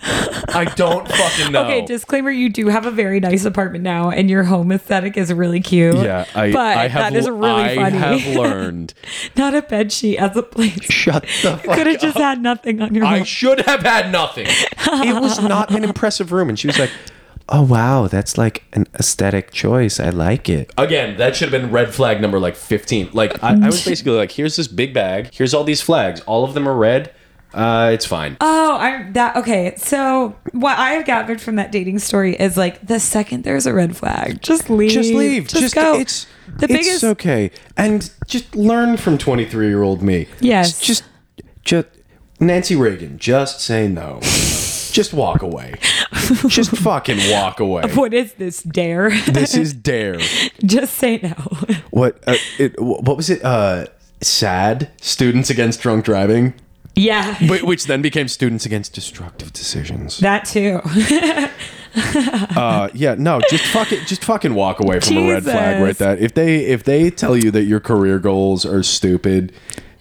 Speaker 1: I don't fucking know.
Speaker 2: Okay, disclaimer: you do have a very nice apartment now, and your home aesthetic is really cute. [LAUGHS]
Speaker 1: Yeah, I,
Speaker 2: but
Speaker 1: I have
Speaker 2: that is
Speaker 1: l-
Speaker 2: really
Speaker 1: I
Speaker 2: funny. [LAUGHS]
Speaker 1: have learned.
Speaker 2: Not a bed sheet as a place.
Speaker 1: [LAUGHS] Shut the fuck
Speaker 2: Could have just had nothing on your.
Speaker 1: I
Speaker 2: wall.
Speaker 1: should have had nothing.
Speaker 4: [LAUGHS] It was not an impressive room. And she was like, oh, wow, that's like an aesthetic choice. I like it.
Speaker 1: Again, that should have been red flag number like 15. Like, I, I
Speaker 4: [LAUGHS]
Speaker 1: was basically like, here's this big bag. Here's all these flags. All of them are red. Uh, it's fine.
Speaker 2: Oh, I'm that okay. So what I have gathered from that dating story is like the second there's a red flag, just leave.
Speaker 4: Just leave. Just,
Speaker 2: go.
Speaker 4: It's,
Speaker 2: the biggest.
Speaker 4: It's okay.
Speaker 1: and just learn from 23 year old me.
Speaker 2: yes.
Speaker 4: Just,
Speaker 1: Just Nancy Reagan, just say
Speaker 2: [LAUGHS]
Speaker 1: no. just walk away. just fucking walk away.
Speaker 2: what is this dare?
Speaker 1: [LAUGHS] This is dare.
Speaker 2: [LAUGHS] just say no. [LAUGHS]
Speaker 1: What uh, it, what was it? Uh, sad students against drunk driving.
Speaker 2: yeah.
Speaker 1: Wh- which then became students against destructive decisions.
Speaker 2: that too.
Speaker 1: Uh, yeah, no, just fuck it, just fucking walk away from a red flag
Speaker 2: Jesus.
Speaker 1: right there. If they if they tell you that your career goals are stupid,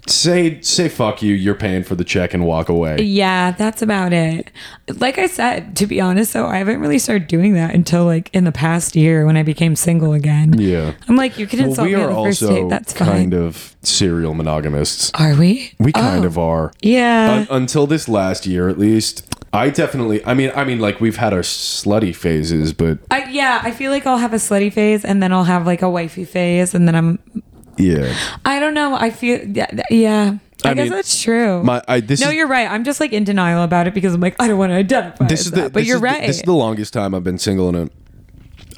Speaker 1: say say fuck you, you're paying for the check and walk away.
Speaker 2: Yeah, that's about it. Like I said, to be honest though, I haven't really started doing that until like in the past year when I became single again.
Speaker 1: Yeah.
Speaker 2: I'm like, you can
Speaker 1: Well,
Speaker 2: insult
Speaker 1: we
Speaker 2: me on
Speaker 1: are
Speaker 2: the first
Speaker 1: also
Speaker 2: date. That's
Speaker 1: kind
Speaker 2: fine.
Speaker 1: of serial monogamists.
Speaker 2: Are we?
Speaker 1: We kind of Uh, are.
Speaker 2: Oh, Yeah.
Speaker 1: Un- until this last year at least. I definitely I mean I mean like we've had our slutty phases, but
Speaker 2: I, yeah, I feel like I'll have a slutty phase and then I'll have like a wifey phase and then I'm
Speaker 1: yeah.
Speaker 2: I don't know. I feel yeah. th- yeah. I,
Speaker 1: I
Speaker 2: guess
Speaker 1: mean,
Speaker 2: that's true.
Speaker 1: My I this
Speaker 2: no,
Speaker 1: is
Speaker 2: you're right. I'm just like in denial about it because I'm like I don't want to identify
Speaker 1: this
Speaker 2: as
Speaker 1: is the
Speaker 2: that. But
Speaker 1: this
Speaker 2: you're
Speaker 1: is the-
Speaker 2: right.
Speaker 1: this is the longest time I've been single in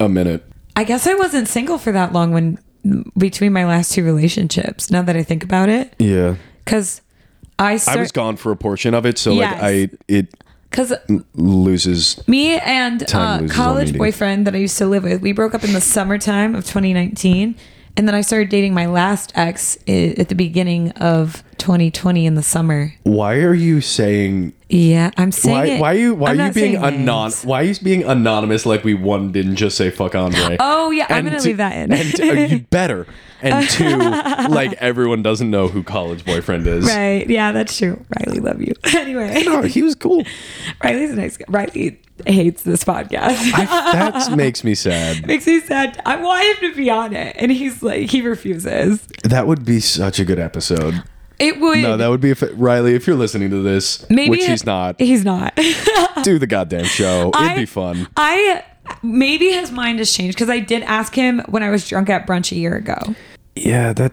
Speaker 1: a a minute.
Speaker 2: I guess I wasn't single for that long when between my last two relationships. Now that I think about it,
Speaker 1: Yeah.
Speaker 2: because I
Speaker 1: I was
Speaker 2: started
Speaker 1: gone for a portion of it, so
Speaker 2: Yes.
Speaker 1: like I it
Speaker 2: because
Speaker 1: loses
Speaker 2: me and
Speaker 1: Mm. Time
Speaker 2: uh,
Speaker 1: loses all
Speaker 2: college
Speaker 1: meaning.
Speaker 2: boyfriend that I used to live with, we broke up in the summertime of 2019, and then I started dating my last ex i- at the beginning of 2020 in the summer.
Speaker 1: Why are you saying?
Speaker 2: Yeah, I'm saying
Speaker 1: Why,
Speaker 2: it-
Speaker 1: why are you? Why
Speaker 2: I'm
Speaker 1: are you
Speaker 2: not
Speaker 1: being
Speaker 2: saying
Speaker 1: anon?
Speaker 2: names.
Speaker 1: Why are you being anonymous? Like we one didn't just say fuck Andre.
Speaker 2: Oh yeah, I'm
Speaker 1: And
Speaker 2: gonna
Speaker 1: to-
Speaker 2: leave that in.
Speaker 1: And uh,
Speaker 2: [LAUGHS]
Speaker 1: you better. And two, like everyone doesn't know who college boyfriend is.
Speaker 2: right? Yeah, that's true. Riley, love you. [LAUGHS]
Speaker 1: [LAUGHS]
Speaker 2: anyway,
Speaker 1: No, he was cool.
Speaker 2: Riley's a nice. guy. Riley hates this podcast. [LAUGHS]
Speaker 1: That makes me sad.
Speaker 2: Makes me sad. I want him to be on it, and he's like, he refuses.
Speaker 1: That would be such a good episode.
Speaker 2: It would.
Speaker 1: No, that would be if Riley. If you're listening to this, which he's not,
Speaker 2: He's not.
Speaker 1: do the goddamn show. It'd
Speaker 2: I-
Speaker 1: be fun.
Speaker 2: I maybe his mind has changed because I did ask him when I was drunk at brunch a year ago.
Speaker 1: Yeah, that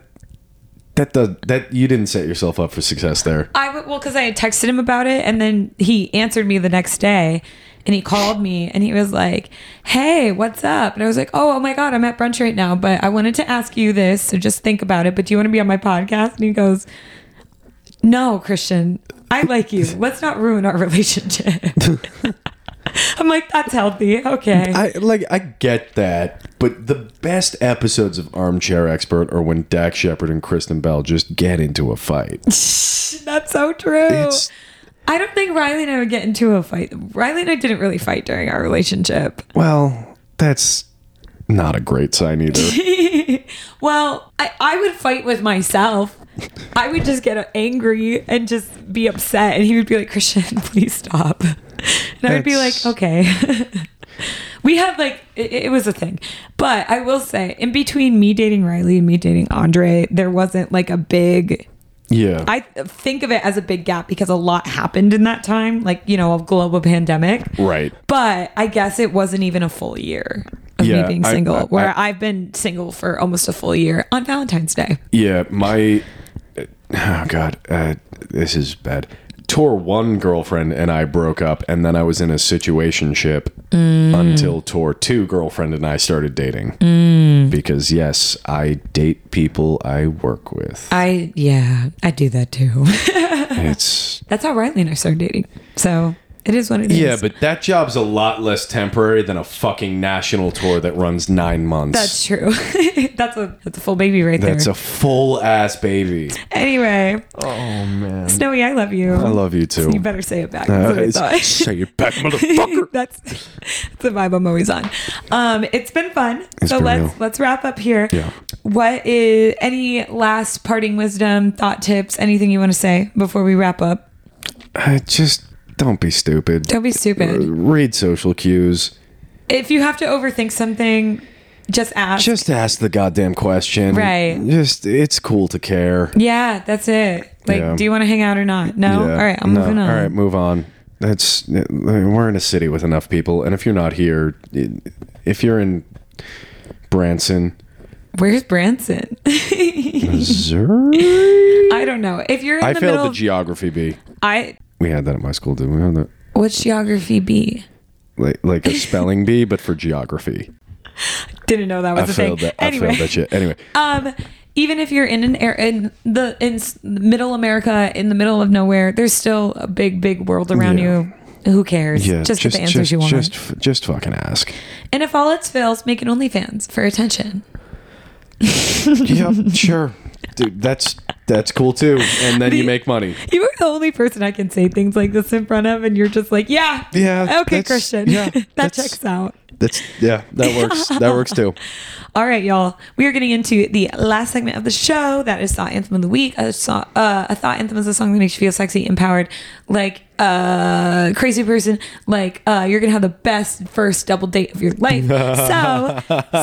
Speaker 1: that does that. You didn't set yourself up for success there.
Speaker 2: I w- well because I had texted him about it, and then he answered me the next day, and he called me, and he was like, "Hey, what's up?" And I was like, "Oh, oh my god, I'm at brunch right now, but I wanted to ask you this, so just think about it. But do you want to be on my podcast?" And he goes, "No, Christian, I like
Speaker 1: [LAUGHS]
Speaker 2: you. Let's not ruin our relationship." [LAUGHS] I'm like, "That's healthy, okay."
Speaker 1: I like I get that, but the best episodes of Armchair Expert are when Dak Shepard and Kristen Bell just get into a fight.
Speaker 2: That's so true.
Speaker 1: It's
Speaker 2: I don't think Riley and I would get into a fight. Riley and I didn't really fight during our relationship.
Speaker 1: well, that's not a great sign either.
Speaker 2: [LAUGHS] Well, I, I would fight with myself. I would just get angry and just be upset. And he would be like, Christian, [LAUGHS] please stop. And I would be like,
Speaker 1: That's-
Speaker 2: okay. [LAUGHS] we had like, it, it was a thing. But I will say, in between me dating Riley and me dating Andre, there wasn't like a big
Speaker 1: yeah.
Speaker 2: I think of it as a big gap because a lot happened in that time, like, you know, a global pandemic.
Speaker 1: Right.
Speaker 2: But I guess it wasn't even a full year of
Speaker 1: Yeah,
Speaker 2: me being
Speaker 1: I-
Speaker 2: single,
Speaker 1: I-
Speaker 2: where
Speaker 1: I-
Speaker 2: I, have been single for almost a full year on Valentine's Day.
Speaker 1: Yeah, my oh god, uh, this is bad. Tour one girlfriend and I broke up, and then I was in a situation ship until tour two girlfriend and I started dating. Because yes, I date people I work
Speaker 2: [LAUGHS]
Speaker 1: with.
Speaker 2: I, yeah, I do that too. [LAUGHS]
Speaker 1: It's
Speaker 2: That's how Riley and I started dating. So it is what it is.
Speaker 1: yeah, but that job's a lot less temporary than a fucking national tour that runs nine months.
Speaker 2: That's true. [LAUGHS] that's a that's a full baby right
Speaker 1: That's
Speaker 2: there.
Speaker 1: a full ass baby.
Speaker 2: anyway. Oh man. Snowy, I love you.
Speaker 1: I love you too.
Speaker 2: you better say it back. That's what I
Speaker 1: Uh,
Speaker 2: thought.
Speaker 1: say it back, motherfucker.
Speaker 2: [LAUGHS] that's that's the vibe I'm always on. Um, it's been fun. so
Speaker 1: been
Speaker 2: let's
Speaker 1: real.
Speaker 2: let's wrap up here.
Speaker 1: Yeah.
Speaker 2: What is any last parting wisdom, thought tips, anything you want to say before we wrap up?
Speaker 1: I just don't be stupid.
Speaker 2: Don't be [LAUGHS] stupid.
Speaker 1: Read social cues.
Speaker 2: If you have to overthink something, just ask.
Speaker 1: Just ask the goddamn question.
Speaker 2: Right.
Speaker 1: Just it's cool to care.
Speaker 2: yeah, that's it. Like,
Speaker 1: Yeah.
Speaker 2: do you want to hang out or not? No.
Speaker 1: Yeah.
Speaker 2: All right, I'm
Speaker 1: No.
Speaker 2: moving on.
Speaker 1: All right, move on. That's we're in a city with enough people, and if you're not here, if you're in
Speaker 2: [LAUGHS]
Speaker 1: Branson,
Speaker 2: Where's Branson? [LAUGHS]
Speaker 1: Missouri,
Speaker 2: I don't know. If you're in
Speaker 1: I
Speaker 2: the
Speaker 1: failed
Speaker 2: middle,
Speaker 1: the
Speaker 2: of-
Speaker 1: geography B.
Speaker 2: I
Speaker 1: We had that at my school, didn't we? We had that-
Speaker 2: what's geography be?
Speaker 1: Like, like a spelling bee, but for geography.
Speaker 2: Didn't know that was
Speaker 1: I
Speaker 2: a thing.
Speaker 1: failed that.
Speaker 2: Anyway.
Speaker 1: I failed that shit. Anyway,
Speaker 2: um even if you're in an air in the in s- middle america in the middle of nowhere there's still a big big world around
Speaker 1: Yeah.
Speaker 2: you who cares
Speaker 1: yeah,
Speaker 2: just, get the answers you want
Speaker 1: Just, f- just fucking ask.
Speaker 2: and if all else fails make an onlyfans for attention
Speaker 1: yep, sure. Dude, that's that's cool too. And then you make money.
Speaker 2: you are the only person i can say things like this in front of and you're just like yeah
Speaker 1: Yeah,
Speaker 2: okay
Speaker 1: that's-
Speaker 2: christian
Speaker 1: yeah,
Speaker 2: [LAUGHS] that
Speaker 1: that's-
Speaker 2: checks out
Speaker 1: That's yeah, that works. That works too.
Speaker 2: All right, y'all. We are getting into the last segment of the show. That is Thought Anthem of the Week. A, so- uh, a Thought Anthem is a song that makes you feel sexy, empowered, like a crazy person. Like uh, you're going to have the best first double date of your
Speaker 1: [LAUGHS]
Speaker 2: life. so,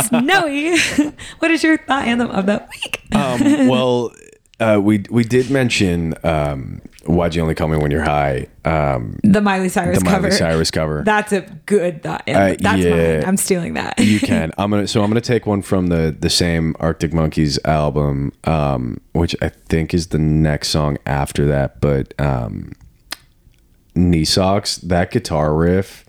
Speaker 2: Snowy, [LAUGHS] what is your Thought Anthem of the Week?
Speaker 1: [LAUGHS] Um, well, uh, we we did mention um, why'd you only call me when you're high? Um,
Speaker 2: The Miley Cyrus
Speaker 1: the
Speaker 2: cover.
Speaker 1: Miley Cyrus cover.
Speaker 2: That's a good Thought Anthem.
Speaker 1: Uh,
Speaker 2: That's
Speaker 1: yeah.
Speaker 2: mine. I'm stealing that. [LAUGHS]
Speaker 1: you can. I'm gonna. So I'm gonna take one from the the same Arctic Monkeys album, um, which I think is the next song after that. But um, knee socks. That guitar riff.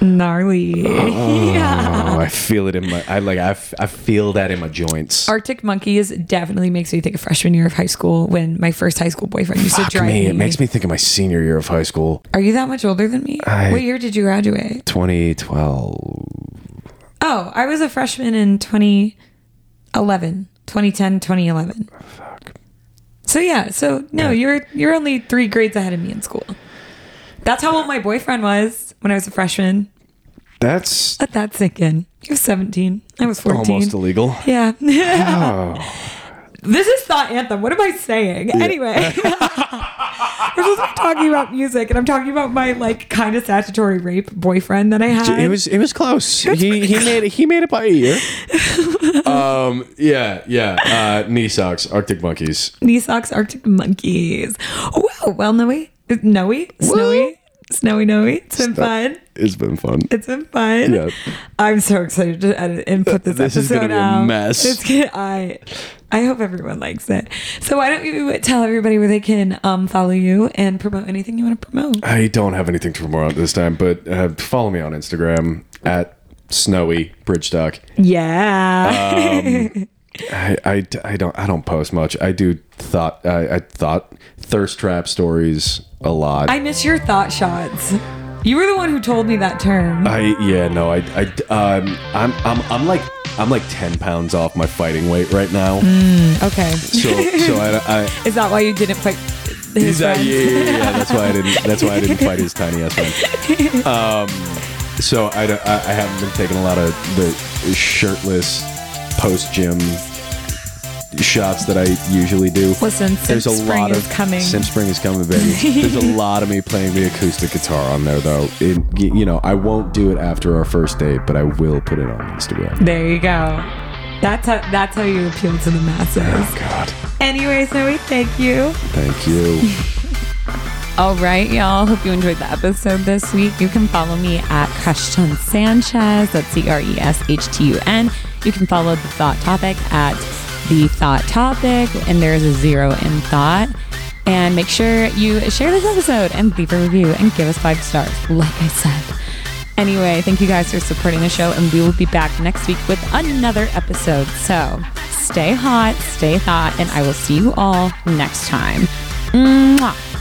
Speaker 2: Gnarly.
Speaker 1: Oh, I feel it in my. I like. I, f- I feel that in my joints.
Speaker 2: Arctic Monkeys definitely makes me think of freshman year of high school when my first high school boyfriend used to
Speaker 1: Fuck
Speaker 2: drive
Speaker 1: me. It makes me think of my senior year of high school,
Speaker 2: Are you that much older than me?
Speaker 1: I-
Speaker 2: what year did you graduate?
Speaker 1: 2012.
Speaker 2: Oh, I was a freshman in 2011, 2010, 2011. Fuck. So yeah, so no, you're you're only three grades ahead of me in school. That's how old my boyfriend was when I was a freshman.
Speaker 4: That's
Speaker 2: Let that sink in. He was 17. I was 14.
Speaker 1: Almost illegal.
Speaker 2: yeah. [LAUGHS] This is Thought Anthem. What am I saying? Anyway. [LAUGHS] We're supposed to be talking about music, and I'm talking about my like kind of statutory rape boyfriend that I had.
Speaker 4: it was it was close. He he made he made it by a [LAUGHS] year.
Speaker 1: Um, yeah, yeah. Uh, knee socks, Arctic monkeys.
Speaker 2: knee socks, Arctic monkeys. Wow. Well, Noe, Noe, Snowy, Snowy Noe. It's been fun.
Speaker 1: It's been fun.
Speaker 2: It's been fun.
Speaker 1: Yeah.
Speaker 2: I'm so excited to edit and put this,
Speaker 1: This is
Speaker 2: episode
Speaker 1: gonna be a
Speaker 2: out.
Speaker 1: mess.
Speaker 2: It's gonna, I, I hope everyone likes it. So why don't you tell everybody where they can um, follow you and promote anything you want to promote?
Speaker 1: I don't have anything to promote this time, but uh, follow me on Instagram at Snowy Bridgestock.
Speaker 2: Yeah.
Speaker 1: I, I, I don't I don't post much. I do thought I, I thought thirst trap stories a lot.
Speaker 2: I miss your thought shots. You were the one who told me that term.
Speaker 1: I yeah no I I um I'm I'm I'm like I'm like ten pounds off my fighting weight right now. Uh.
Speaker 2: okay.
Speaker 1: So so I, I
Speaker 2: Is that why you didn't fight his
Speaker 1: He's that,
Speaker 2: friends?
Speaker 1: yeah, yeah, yeah, yeah. That's why
Speaker 5: [LAUGHS]
Speaker 1: I didn't. That's why I didn't fight his tiny ass friend. Um, so I, don't- I, I haven't been taking a lot of the shirtless post gym shots that I usually do.
Speaker 5: Listen, Simp Spring is coming.
Speaker 1: Simp Spring is
Speaker 5: [LAUGHS]
Speaker 1: coming, baby. There's a lot of me playing the acoustic guitar on there, though. It, y- you know, I won't do it after our first date, but I will put it on Instagram.
Speaker 2: There you go. That's how, that's how you appeal to the masses.
Speaker 1: God,
Speaker 2: Anyway, Snowy, thank you.
Speaker 1: thank you.
Speaker 5: All right, y'all. Hope you enjoyed the episode this week. You can follow me at Creshton Sanchez. That's C R E S H T U N. You can follow the Thought Topic at the Thought Topic, and there's a zero in thought. And make sure you share this episode and leave a review and give us five stars, like I said. Anyway, thank you guys for supporting the show, and we will be back next week with another episode. So stay hot, stay hot, and I will see you all next time. Mwah.